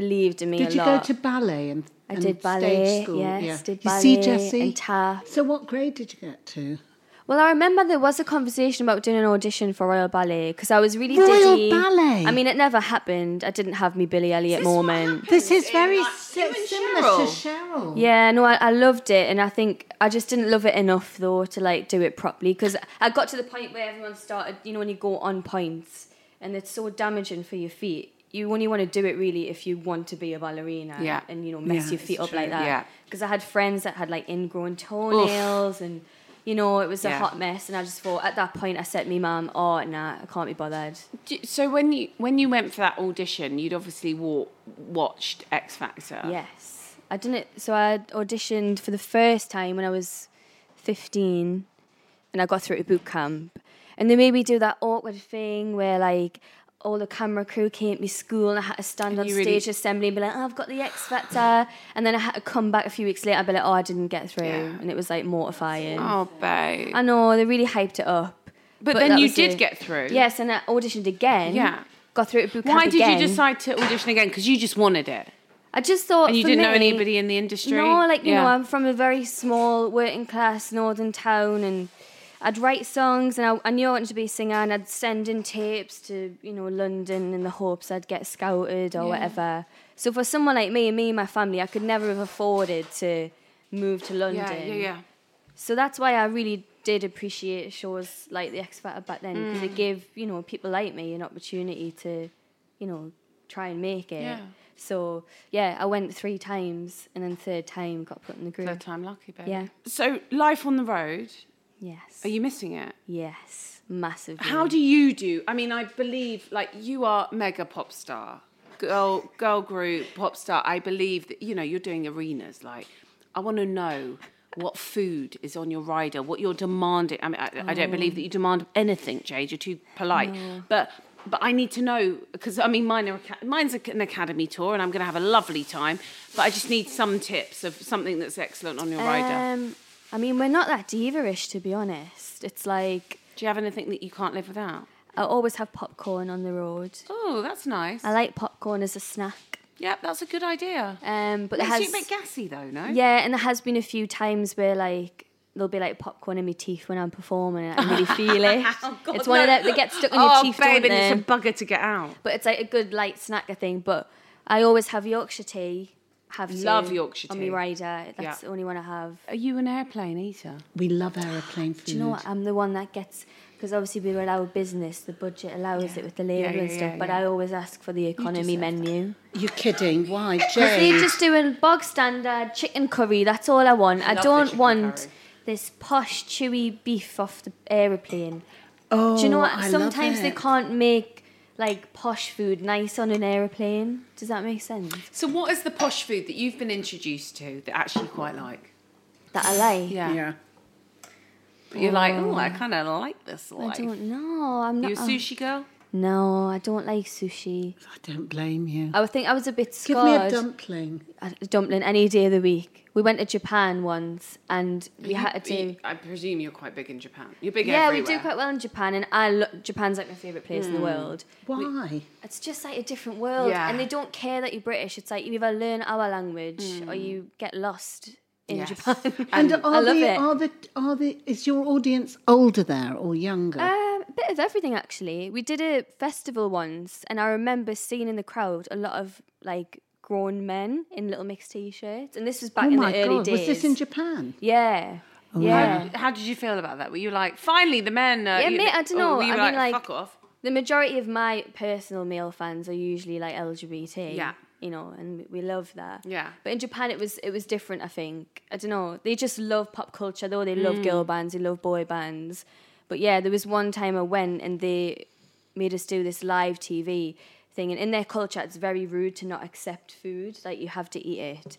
[SPEAKER 4] believed in me
[SPEAKER 2] did
[SPEAKER 4] a
[SPEAKER 2] you go
[SPEAKER 4] lot.
[SPEAKER 2] to ballet and,
[SPEAKER 4] I
[SPEAKER 2] and
[SPEAKER 4] did
[SPEAKER 2] stage
[SPEAKER 4] ballet,
[SPEAKER 2] school?
[SPEAKER 4] yes,
[SPEAKER 2] yeah.
[SPEAKER 4] did
[SPEAKER 2] you see,
[SPEAKER 4] ballet
[SPEAKER 2] Jessie?
[SPEAKER 4] and tap.
[SPEAKER 2] So what grade did you get to?
[SPEAKER 4] well, I remember there was a conversation about doing an audition for Royal Ballet because I was really
[SPEAKER 2] Royal
[SPEAKER 4] dizzy.
[SPEAKER 2] Ballet?
[SPEAKER 4] I mean, it never happened. I didn't have me Billie Elliot moment.
[SPEAKER 2] This is very si- similar to Cheryl.
[SPEAKER 4] Yeah, no, I, I loved it, and I think I just didn't love it enough though to like do it properly because I got to the point where everyone started, you know, when you go on points, and it's so damaging for your feet. You only want to do it really if you want to be a ballerina,
[SPEAKER 3] Yeah.
[SPEAKER 4] and you know mess
[SPEAKER 2] Yeah,
[SPEAKER 4] your feet
[SPEAKER 2] it's
[SPEAKER 4] up like
[SPEAKER 2] true.
[SPEAKER 4] that.
[SPEAKER 3] Yeah.
[SPEAKER 4] because I had friends that had like ingrown toenails, and you know it was a
[SPEAKER 3] Yeah.
[SPEAKER 4] hot mess. And I just thought at that point I said, "Me mum, oh nah, I can't be bothered."
[SPEAKER 3] Do- So, when you when you went for that audition, you'd obviously wa- watched X Factor.
[SPEAKER 4] Yes. I done it. So I auditioned for the first time when I was 15 and I got through to boot camp. And they made me do that awkward thing where, like, all the camera crew came to my school and I had to stand
[SPEAKER 3] And
[SPEAKER 4] on
[SPEAKER 3] you
[SPEAKER 4] stage
[SPEAKER 3] really-
[SPEAKER 4] assembly and be like, oh, I've got the X Factor. and then I had to come back a few weeks later and be like, oh, I didn't get through. And it was like mortifying.
[SPEAKER 3] Oh, babe.
[SPEAKER 4] I know, they really hyped it up.
[SPEAKER 3] But then
[SPEAKER 4] that
[SPEAKER 3] you
[SPEAKER 4] was
[SPEAKER 3] did
[SPEAKER 4] it.
[SPEAKER 3] get through.
[SPEAKER 4] Yes, and I auditioned again.
[SPEAKER 3] Yeah.
[SPEAKER 4] Got through to boot camp
[SPEAKER 3] Why did
[SPEAKER 4] again.
[SPEAKER 3] you decide to audition again? Because you just wanted it.
[SPEAKER 4] I just thought.
[SPEAKER 3] And you
[SPEAKER 4] for
[SPEAKER 3] didn't know
[SPEAKER 4] me-
[SPEAKER 3] anybody in the industry?
[SPEAKER 4] No, like you know,
[SPEAKER 3] Yeah.
[SPEAKER 4] I'm from a very small working class northern town, and I'd write songs, and I, I knew I wanted to be a singer, and I'd send in tapes to you know London in the hopes I'd get scouted or whatever. So for someone like me and me and my family, I could never have afforded to move to London.
[SPEAKER 3] Yeah, yeah, yeah.
[SPEAKER 4] So that's why I really did appreciate shows like The X Factor back then because
[SPEAKER 3] Mm.
[SPEAKER 4] it gave you know people like me an opportunity to, you know, try and make it.
[SPEAKER 3] Yeah.
[SPEAKER 4] So yeah, I went three times and then third time got put in the group.
[SPEAKER 3] Third time lucky, babe.
[SPEAKER 4] Yeah.
[SPEAKER 3] So, life on the road,
[SPEAKER 4] Yes.
[SPEAKER 3] are you missing it?
[SPEAKER 4] yes. Massively.
[SPEAKER 3] How do you do? I mean, I believe like you are mega pop star, girl, girl group, pop star. I believe that you know you're doing arenas. Like, I want to know what food is on your rider, what you're demanding. I mean, I, I don't believe that you demand anything, Jade. You're too polite, but. But I need to know because I mean, mine are, aca- mine's a- an academy tour, and I'm going to have a lovely time. But I just need some tips of something that's excellent on your rider.
[SPEAKER 4] Um, I mean, we're not that diva-ish to be honest. It's like
[SPEAKER 3] Do you have anything that you can't live without?
[SPEAKER 4] I always have popcorn on the road.
[SPEAKER 3] Oh, that's nice.
[SPEAKER 4] I like popcorn as a snack.
[SPEAKER 3] Yep, that's a good idea.
[SPEAKER 4] Um, but it
[SPEAKER 3] Makes
[SPEAKER 4] has
[SPEAKER 3] you a bit gassy though, no?
[SPEAKER 4] Yeah, and there has been a few times where like there'll be like popcorn in my teeth when I'm performing and I can really feel it.
[SPEAKER 3] Oh, God,
[SPEAKER 4] it's one of
[SPEAKER 3] no.
[SPEAKER 4] them that gets stuck in
[SPEAKER 3] oh,
[SPEAKER 4] your teeth,
[SPEAKER 3] babe,
[SPEAKER 4] don't
[SPEAKER 3] and
[SPEAKER 4] they?
[SPEAKER 3] it's a bugger to get out.
[SPEAKER 4] but it's like a good light snack, I think. But I always have Yorkshire tea. Have to
[SPEAKER 3] Love Yorkshire
[SPEAKER 4] on
[SPEAKER 3] tea.
[SPEAKER 4] my rider. That's
[SPEAKER 3] Yeah.
[SPEAKER 4] the only one I have.
[SPEAKER 3] Are you an airplane eater?
[SPEAKER 2] We love aeroplane food.
[SPEAKER 4] Do you know what? I'm the one that gets because obviously we were our business, the budget allows it with the
[SPEAKER 3] Yeah,
[SPEAKER 4] label
[SPEAKER 3] yeah,
[SPEAKER 4] and stuff.
[SPEAKER 3] yeah,
[SPEAKER 4] but
[SPEAKER 3] yeah.
[SPEAKER 4] I always ask for the economy
[SPEAKER 3] deserve that.
[SPEAKER 4] menu.
[SPEAKER 2] You're kidding. Why,
[SPEAKER 4] Because
[SPEAKER 2] Jade?
[SPEAKER 4] they're just doing bog standard chicken curry. That's all I want. I
[SPEAKER 3] Love the
[SPEAKER 4] don't
[SPEAKER 3] chicken
[SPEAKER 4] want
[SPEAKER 3] curry.
[SPEAKER 4] this posh, chewy beef off the aeroplane.
[SPEAKER 2] oh,
[SPEAKER 4] Do you know what?
[SPEAKER 2] I love
[SPEAKER 4] Sometimes they
[SPEAKER 2] it.
[SPEAKER 4] can't make like posh food nice on an aeroplane. Does that make sense?
[SPEAKER 3] So, what is the posh food that you've been introduced to that actually you quite like?
[SPEAKER 4] That I like.
[SPEAKER 2] Yeah.
[SPEAKER 3] But you're like, oh, I kind of like this
[SPEAKER 4] I
[SPEAKER 3] life.
[SPEAKER 4] don't know. I'm not.
[SPEAKER 3] You a sushi girl?
[SPEAKER 4] No, I don't like sushi.
[SPEAKER 2] I don't blame you.
[SPEAKER 4] I would think I was a bit
[SPEAKER 2] Give
[SPEAKER 4] scarred.
[SPEAKER 2] me a dumpling.
[SPEAKER 4] a dumpling any day of the week. We went to Japan once and we had to do.
[SPEAKER 3] You- I presume you're quite big in Japan. You're big
[SPEAKER 4] Yeah,
[SPEAKER 3] everywhere.
[SPEAKER 4] we do quite well in Japan, and I lo- Japan's like my favorite place
[SPEAKER 2] Hmm.
[SPEAKER 4] in the world.
[SPEAKER 2] Why?
[SPEAKER 4] It's just like a different world,
[SPEAKER 3] Yeah.
[SPEAKER 4] and they don't care that you're British. It's like you either learn our language or you get lost in
[SPEAKER 3] Yes.
[SPEAKER 4] Japan.
[SPEAKER 2] Hmm. and
[SPEAKER 4] I
[SPEAKER 2] are
[SPEAKER 4] love
[SPEAKER 2] the,
[SPEAKER 4] it.
[SPEAKER 2] are the are the is your audience older there or younger? Oh
[SPEAKER 4] Um, a bit of everything actually. We did a festival once, and I remember seeing in the crowd a lot of like grown men in little mix t-shirts, and this was back
[SPEAKER 2] oh
[SPEAKER 4] in
[SPEAKER 2] my
[SPEAKER 4] the early
[SPEAKER 2] god!
[SPEAKER 4] days.
[SPEAKER 2] Was this in Japan? Oh
[SPEAKER 4] Yeah.
[SPEAKER 3] How
[SPEAKER 4] yeah.
[SPEAKER 3] did, how did you feel about that? Were you like, finally, the men? Uh,
[SPEAKER 4] Yeah,
[SPEAKER 3] you-
[SPEAKER 4] mate, I don't
[SPEAKER 3] or
[SPEAKER 4] know.
[SPEAKER 3] Were you
[SPEAKER 4] I
[SPEAKER 3] like,
[SPEAKER 4] mean, like-
[SPEAKER 3] fuck off?
[SPEAKER 4] The majority of my personal male fans are usually like LGBT.
[SPEAKER 3] Yeah.
[SPEAKER 4] You know, and we love that.
[SPEAKER 3] Yeah.
[SPEAKER 4] But in Japan, it was it was different. I think I don't know. They just love pop culture, though. They
[SPEAKER 3] Mm.
[SPEAKER 4] love girl bands. They love boy bands. But yeah, there was one time I went and they made us do this live TV thing, and in their culture, it's very rude to not accept food. Like you have to eat it.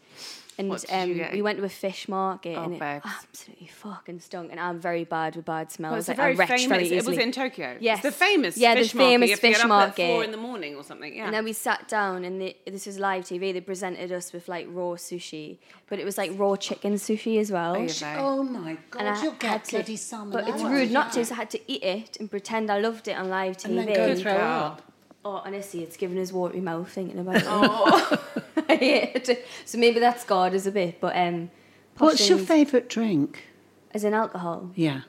[SPEAKER 4] And
[SPEAKER 3] What did you
[SPEAKER 4] um,
[SPEAKER 3] get?
[SPEAKER 4] we went to a fish market,
[SPEAKER 3] Oh,
[SPEAKER 4] and it
[SPEAKER 3] babes.
[SPEAKER 4] absolutely fucking stunk. And I'm very bad with bad smells.
[SPEAKER 3] Well, it's a
[SPEAKER 4] like, I
[SPEAKER 3] very
[SPEAKER 4] retch
[SPEAKER 3] famous.
[SPEAKER 4] very
[SPEAKER 3] it was
[SPEAKER 4] easily.
[SPEAKER 3] in Tokyo. It's
[SPEAKER 4] Yes.
[SPEAKER 3] the famous.
[SPEAKER 4] Yeah, the
[SPEAKER 3] fish market.
[SPEAKER 4] famous
[SPEAKER 3] You have to get
[SPEAKER 4] fish
[SPEAKER 3] up
[SPEAKER 4] market.
[SPEAKER 3] At four in the morning or something. Yeah.
[SPEAKER 4] And then we sat down, and the, this was live TV. They presented us with like raw sushi, but it was like raw chicken sushi as well.
[SPEAKER 3] Oh,
[SPEAKER 4] Sh-
[SPEAKER 3] yeah, babe.
[SPEAKER 2] Oh my god!
[SPEAKER 4] and I
[SPEAKER 2] You'll
[SPEAKER 4] had
[SPEAKER 2] get
[SPEAKER 4] to-
[SPEAKER 2] bloody salmonella.
[SPEAKER 4] But it's rude not to, so I had to eat it and pretend I loved it on live TV.
[SPEAKER 2] And then go throw up.
[SPEAKER 4] Oh, honestly, it's giving us watery mouth thinking about it. Oh. I hate it. So maybe that scarred us a bit, but um,
[SPEAKER 2] What's your
[SPEAKER 4] poshings-
[SPEAKER 2] favourite drink?
[SPEAKER 4] As an alcohol,
[SPEAKER 2] Yeah.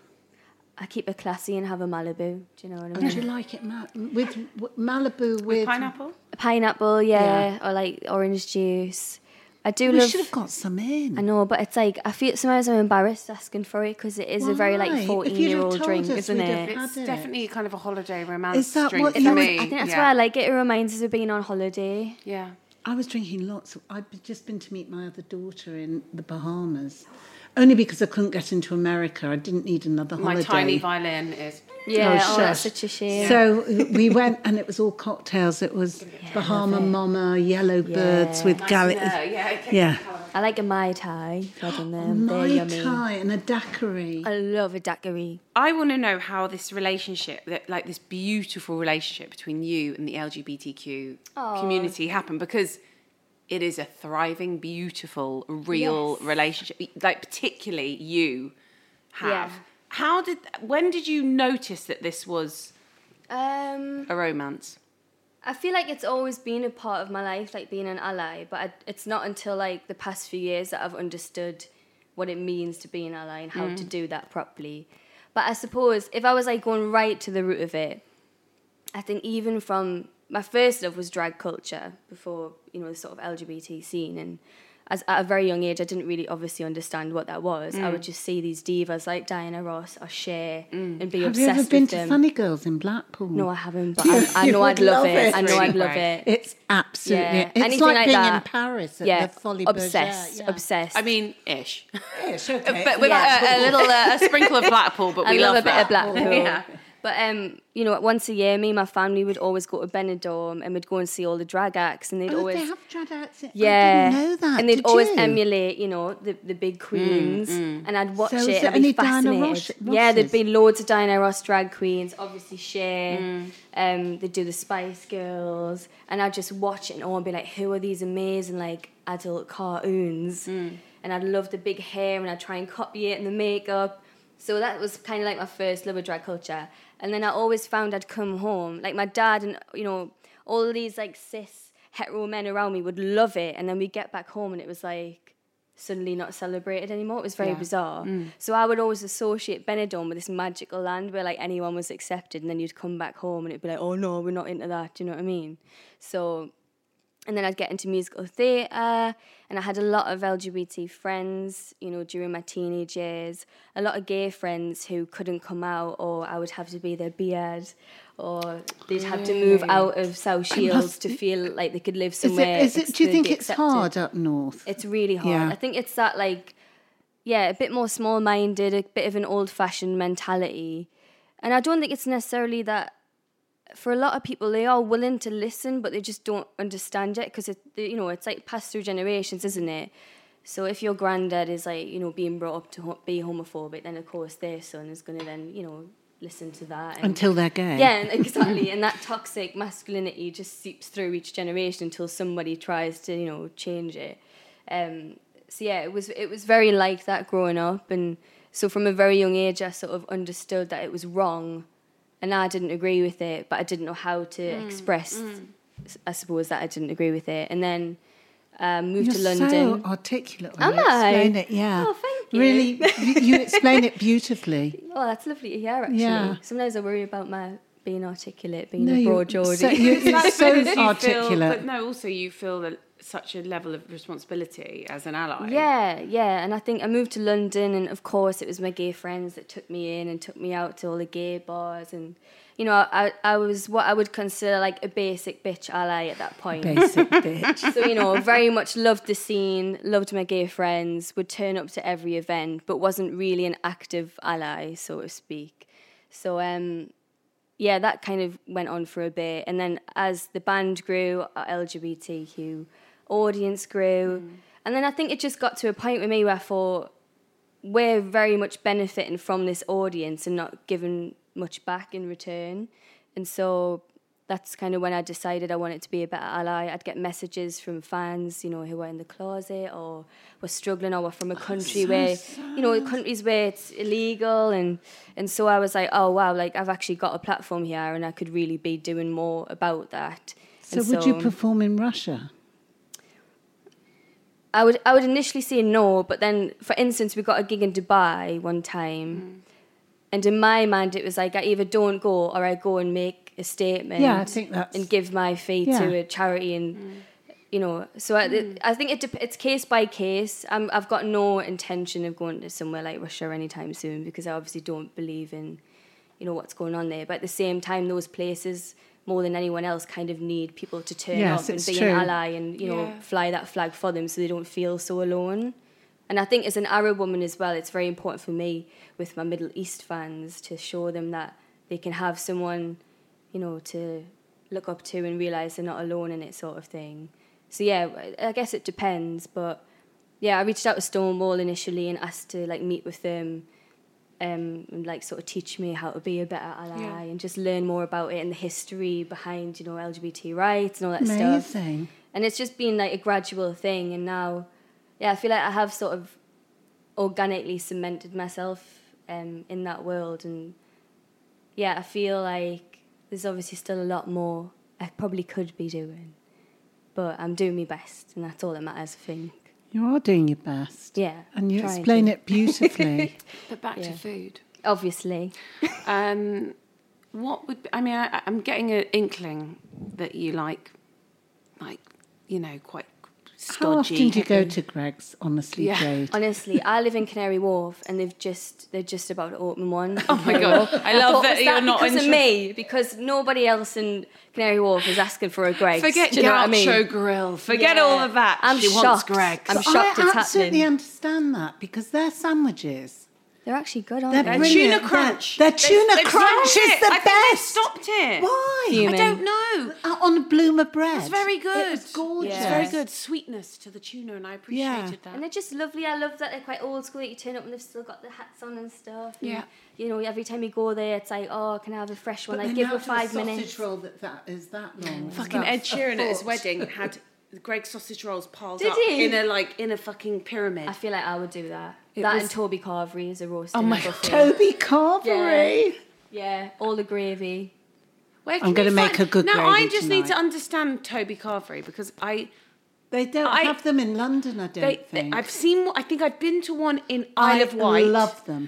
[SPEAKER 4] I keep it classy and have a Malibu. Do you know what I
[SPEAKER 2] And do
[SPEAKER 4] mean?
[SPEAKER 2] you like it ma- with, with Malibu with,
[SPEAKER 3] Pineapple.
[SPEAKER 4] Pineapple, yeah, or like orange juice. I do
[SPEAKER 2] We
[SPEAKER 4] love.
[SPEAKER 2] should have got some in.
[SPEAKER 4] I know, but it's like I feel sometimes I'm embarrassed asking for it because it is a very
[SPEAKER 2] Why? If
[SPEAKER 4] like
[SPEAKER 2] you'd have
[SPEAKER 4] 14 year old
[SPEAKER 2] told
[SPEAKER 4] drink,
[SPEAKER 2] us,
[SPEAKER 4] isn't
[SPEAKER 2] we'd have
[SPEAKER 4] it?
[SPEAKER 2] had
[SPEAKER 3] It's
[SPEAKER 2] it.
[SPEAKER 3] definitely kind of a holiday romance
[SPEAKER 2] Is that
[SPEAKER 3] drink
[SPEAKER 2] what
[SPEAKER 3] for
[SPEAKER 2] you-
[SPEAKER 3] me.
[SPEAKER 4] I think that's
[SPEAKER 3] yeah.
[SPEAKER 4] why I like it. It reminds us of being on holiday.
[SPEAKER 3] Yeah.
[SPEAKER 2] I was drinking lots. Of, I'd be- just been to meet my other daughter in the Bahamas, only because I couldn't get into America. I didn't need another
[SPEAKER 3] My
[SPEAKER 2] holiday.
[SPEAKER 3] tiny violin is.
[SPEAKER 4] Yeah,
[SPEAKER 2] oh,
[SPEAKER 4] oh, that's
[SPEAKER 2] shush.
[SPEAKER 4] such a shame.
[SPEAKER 2] So uh, we went, and it was all cocktails. It was Bahama Mama, Yellow Birds with gallet.
[SPEAKER 3] Yeah. Yeah.
[SPEAKER 2] Yeah,
[SPEAKER 4] I like a mai tai. I don't know. They're
[SPEAKER 2] mai
[SPEAKER 4] yummy.
[SPEAKER 2] tai and a daiquiri.
[SPEAKER 4] I love a daiquiri.
[SPEAKER 3] I want to know how this relationship, that like this beautiful relationship between you and the LGBTQ community happened because it is a thriving, beautiful, real
[SPEAKER 4] Yes.
[SPEAKER 3] relationship. Like particularly you have.
[SPEAKER 4] Yeah.
[SPEAKER 3] How did? When did you notice that this was
[SPEAKER 4] Um,
[SPEAKER 3] a romance?
[SPEAKER 4] I feel like it's always been a part of my life, like being an ally, but I, it's not until like the past few years that I've understood what it means to be an ally and how
[SPEAKER 2] Mm.
[SPEAKER 4] to do that properly. But I suppose if I was like going right to the root of it, I think even from my first love was drag culture before you know the sort of LGBT scene, and as at a very young age, I didn't really obviously understand what that was. I would
[SPEAKER 2] Mm.
[SPEAKER 4] just see these divas like Diana Ross or Cher and be
[SPEAKER 2] Have
[SPEAKER 4] obsessed
[SPEAKER 2] you ever been
[SPEAKER 4] with
[SPEAKER 2] to
[SPEAKER 4] them.
[SPEAKER 2] Funny Girls in Blackpool?
[SPEAKER 4] no, I haven't, but I, I
[SPEAKER 2] Mm. You
[SPEAKER 4] know
[SPEAKER 2] would
[SPEAKER 4] I'd love,
[SPEAKER 2] love
[SPEAKER 4] it.
[SPEAKER 2] it.
[SPEAKER 4] I know I'd
[SPEAKER 3] Really
[SPEAKER 4] love
[SPEAKER 3] great.
[SPEAKER 4] it.
[SPEAKER 2] It's absolutely.
[SPEAKER 4] Yeah,
[SPEAKER 2] It's
[SPEAKER 4] anything
[SPEAKER 2] like,
[SPEAKER 4] like
[SPEAKER 2] being
[SPEAKER 4] that.
[SPEAKER 2] in Paris at
[SPEAKER 4] yeah,
[SPEAKER 2] the Folly
[SPEAKER 4] obsessed,
[SPEAKER 2] Bergère, yeah.
[SPEAKER 4] obsessed.
[SPEAKER 3] I mean, ish,
[SPEAKER 2] Yes, okay.
[SPEAKER 3] but with
[SPEAKER 4] Yeah.
[SPEAKER 3] a, a little uh, a sprinkle of Blackpool. But
[SPEAKER 4] I
[SPEAKER 3] we
[SPEAKER 4] love, a
[SPEAKER 3] that.
[SPEAKER 4] bit of Blackpool.
[SPEAKER 3] Yeah.
[SPEAKER 4] But um, you know, once a year, me and my family would always go to Benidorm and we'd go and see all the drag acts, and they'd
[SPEAKER 2] Oh,
[SPEAKER 4] always
[SPEAKER 2] they have drag acts. in-
[SPEAKER 4] yeah,
[SPEAKER 2] I didn't know that.
[SPEAKER 4] and they'd
[SPEAKER 2] did
[SPEAKER 4] always
[SPEAKER 2] you?
[SPEAKER 4] emulate, you know, the, the big
[SPEAKER 3] Mm,
[SPEAKER 4] queens, and I'd watch
[SPEAKER 2] So is
[SPEAKER 4] it. and
[SPEAKER 2] there
[SPEAKER 4] I'd
[SPEAKER 2] any
[SPEAKER 4] be
[SPEAKER 2] Diana
[SPEAKER 4] fascinated.
[SPEAKER 2] Ross-
[SPEAKER 4] yeah, there'd
[SPEAKER 2] Rosses?
[SPEAKER 4] be loads of Diana Ross drag queens. Obviously, Cher.
[SPEAKER 2] Mm.
[SPEAKER 4] Um, they'd do the Spice Girls, and I'd just watch it and all and be like, "Who are these amazing like adult cartoons?"
[SPEAKER 2] Mm.
[SPEAKER 4] And I'd love the big hair, and I'd try and copy it and the makeup. So that was kind of like my first love of drag culture. And then I always found I'd come home, like my dad and, you know, all of these like cis hetero men around me would love it. And then we'd get back home and it was like suddenly not celebrated anymore. It was very bizarre.
[SPEAKER 2] Mm.
[SPEAKER 4] So I would always associate Benidorm with this magical land where like anyone was accepted, and then you'd come back home and it'd be like, oh no, we're not into that. Do you know what I mean? So and then I'd get into musical theatre, and I had a lot of LGBT friends, you know, during my teenage years. A lot of gay friends who couldn't come out, or I would have to be their beard, or they'd have to move out of South Shields to feel like they could live
[SPEAKER 2] Is
[SPEAKER 4] somewhere.
[SPEAKER 2] it, is it, do you
[SPEAKER 4] absolutely
[SPEAKER 2] think it's
[SPEAKER 4] accepted.
[SPEAKER 2] hard up north?
[SPEAKER 4] It's really hard.
[SPEAKER 2] Yeah.
[SPEAKER 4] I think it's that like, yeah, a bit more small-minded, a bit of an old-fashioned mentality, and I don't think it's necessarily that. For a lot of people, they are willing to listen, but they just don't understand it because it, you know, it's like passed through generations, isn't it? So if your granddad is like, you know, being brought up to ho- be homophobic, then of course their son is going to then, you know, listen to that and-
[SPEAKER 2] Until they're gay.
[SPEAKER 4] yeah, and- exactly. and that toxic masculinity just seeps through each generation until somebody tries to, you know, change it. Um, so yeah, it was it was very like that growing up, and so from a very young age, I sort of understood that it was wrong, and I didn't agree with it, but I didn't know how to
[SPEAKER 2] Mm,
[SPEAKER 4] express, I suppose, that I didn't agree with it, and then um, moved
[SPEAKER 2] You're
[SPEAKER 4] to London.
[SPEAKER 2] so articulate when
[SPEAKER 4] Am
[SPEAKER 2] you explain
[SPEAKER 4] I?
[SPEAKER 2] it. Yeah.
[SPEAKER 4] Oh, thank you.
[SPEAKER 2] Really, you, you explain it beautifully.
[SPEAKER 4] Oh, that's lovely to hear. Actually,
[SPEAKER 2] Yeah.
[SPEAKER 4] sometimes I worry about my being articulate, being
[SPEAKER 2] No,
[SPEAKER 4] a
[SPEAKER 2] you-
[SPEAKER 4] broad Geordie.
[SPEAKER 2] so you-
[SPEAKER 3] That's
[SPEAKER 2] It's so
[SPEAKER 3] good that you Feel,
[SPEAKER 2] articulate.
[SPEAKER 3] but no, also you feel that such a level of responsibility as an ally.
[SPEAKER 4] Yeah, yeah. And I think I moved to London, and of course, it was my gay friends that took me in and took me out to all the gay bars. And, you know, I, I was what I would consider like a basic bitch ally at that point.
[SPEAKER 2] Basic bitch.
[SPEAKER 4] So, you know, very much loved the scene, loved my gay friends, would turn up to every event, but wasn't really an active ally, so to speak. So, um, yeah, that kind of went on for a bit. And then as the band grew, our LGBTQ audience grew. And then I think it just got to a point with me where I thought, we're very much benefiting from this audience and not giving much back in return. And so that's kind of when I decided I wanted to be a better ally. I'd get messages from fans, you know, who were in the closet or were struggling or were from a country where, you know, countries where it's illegal. And, and so I was like, oh, wow, like I've actually got a platform here and I could really be doing more about that.
[SPEAKER 2] So
[SPEAKER 4] And
[SPEAKER 2] would you perform in Russia?
[SPEAKER 4] I would I would initially say no, but then for instance, we got a gig in Dubai one time, and in my mind it was like I either don't go or I go and make a statement.
[SPEAKER 2] Yeah, I think that's-
[SPEAKER 4] and give my fee to
[SPEAKER 2] Yeah.
[SPEAKER 4] a charity and. You know, so I, I think it dep it's case by case. i I've got no intention of going to somewhere like Russia anytime soon because I obviously don't believe in, you know, what's going on there. But at the same time, those places more than anyone else kind of need people to turn
[SPEAKER 2] Yes,
[SPEAKER 4] up and
[SPEAKER 2] it's
[SPEAKER 4] be
[SPEAKER 2] true.
[SPEAKER 4] an ally and you know
[SPEAKER 3] Yeah.
[SPEAKER 4] fly that flag for them so they don't feel so alone and i think as an arab woman as well it's very important for me with my middle east fans to show them that they can have someone you know to look up to and realize they're not alone in it sort of thing so yeah I- i guess it depends but yeah i reached out to stonewall initially and asked to like meet with them um, and like sort of teach me how to be a better ally and just learn more about it and the history behind you know LGBT rights and all that stuff
[SPEAKER 2] Amazing.
[SPEAKER 4] and it's just been like a gradual thing and now yeah i feel like i have sort of organically cemented myself um, in that world and yeah i feel like there's obviously still a lot more i probably could be doing but i'm doing my best and that's all that matters i think
[SPEAKER 2] You are doing your best.
[SPEAKER 4] Yeah,
[SPEAKER 2] And you
[SPEAKER 4] trying
[SPEAKER 2] explain
[SPEAKER 4] to.
[SPEAKER 2] it beautifully.
[SPEAKER 1] But back to food.
[SPEAKER 4] obviously
[SPEAKER 1] Um, what would I mean? I, I'm getting an inkling that you like, like you know, quite stodgy.
[SPEAKER 2] How often do you go to Greg's, honestly, Jade?
[SPEAKER 4] honestly i live in canary wharf and they've just they're just about to open one
[SPEAKER 1] Oh my god! I
[SPEAKER 4] I
[SPEAKER 1] love
[SPEAKER 4] thought,
[SPEAKER 1] that
[SPEAKER 4] was
[SPEAKER 1] you're not
[SPEAKER 4] because
[SPEAKER 1] interested.
[SPEAKER 4] of me because nobody else in Canary Wharf is asking for a Greg.
[SPEAKER 1] Forget
[SPEAKER 4] do you know what I mean?
[SPEAKER 1] Gaucho Grill. Forget all of that.
[SPEAKER 4] I'm
[SPEAKER 1] she
[SPEAKER 4] shocked.
[SPEAKER 1] wants Greg's.
[SPEAKER 4] I'm
[SPEAKER 2] But
[SPEAKER 4] shocked
[SPEAKER 2] I
[SPEAKER 4] it's
[SPEAKER 2] absolutely
[SPEAKER 4] happening.
[SPEAKER 2] understand that because their sandwiches,
[SPEAKER 4] They're actually good, aren't
[SPEAKER 2] they're
[SPEAKER 4] they?
[SPEAKER 2] brilliant.
[SPEAKER 1] tuna crunch.
[SPEAKER 2] Their, their
[SPEAKER 1] They-
[SPEAKER 2] tuna
[SPEAKER 1] they've
[SPEAKER 2] crunch
[SPEAKER 1] stopped
[SPEAKER 2] is
[SPEAKER 1] it.
[SPEAKER 2] the
[SPEAKER 1] I think they've
[SPEAKER 2] best.
[SPEAKER 1] stopped it.
[SPEAKER 2] Why?
[SPEAKER 1] I
[SPEAKER 4] Fuming.
[SPEAKER 1] don't know.
[SPEAKER 2] Uh, On a bloom of bread.
[SPEAKER 1] It's very good.
[SPEAKER 2] was gorgeous.
[SPEAKER 1] It's very good sweetness to the tuna, and I appreciated that.
[SPEAKER 4] And they're just lovely. I love that they're quite old school. That you turn up and they've still got the hats on and stuff. And,
[SPEAKER 1] Yeah.
[SPEAKER 4] You know, every time you go there, it's like, oh, can I have a fresh one?
[SPEAKER 2] But
[SPEAKER 4] like,
[SPEAKER 2] then
[SPEAKER 4] give
[SPEAKER 2] how
[SPEAKER 4] her
[SPEAKER 2] do a
[SPEAKER 4] five
[SPEAKER 2] sausage
[SPEAKER 4] minutes.
[SPEAKER 2] roll that, that is that long. is
[SPEAKER 1] Fucking
[SPEAKER 2] about
[SPEAKER 1] Ed
[SPEAKER 2] a
[SPEAKER 1] Sheeran at his
[SPEAKER 2] foot.
[SPEAKER 1] wedding had Greg sausage rolls piled
[SPEAKER 4] Did
[SPEAKER 1] up
[SPEAKER 4] he?
[SPEAKER 1] in a like in a fucking pyramid.
[SPEAKER 4] I feel like I would do that. that
[SPEAKER 1] was-
[SPEAKER 4] and Toby Carvery is a roast.
[SPEAKER 1] Oh
[SPEAKER 4] in a
[SPEAKER 1] my
[SPEAKER 4] buffet.
[SPEAKER 2] Toby Carvery.
[SPEAKER 4] Yeah, all the gravy.
[SPEAKER 1] Where can
[SPEAKER 2] I'm gonna
[SPEAKER 1] we
[SPEAKER 2] make
[SPEAKER 1] find-
[SPEAKER 2] a good
[SPEAKER 1] Now I
[SPEAKER 2] gravy
[SPEAKER 1] just need to
[SPEAKER 2] tonight.
[SPEAKER 1] understand Toby Carvery because I
[SPEAKER 2] They don't
[SPEAKER 1] I-
[SPEAKER 2] have them in London, I don't
[SPEAKER 1] They, they-
[SPEAKER 2] think.
[SPEAKER 1] I've seen. I think I've been to one in Isle
[SPEAKER 2] I
[SPEAKER 1] of Wight.
[SPEAKER 2] love them.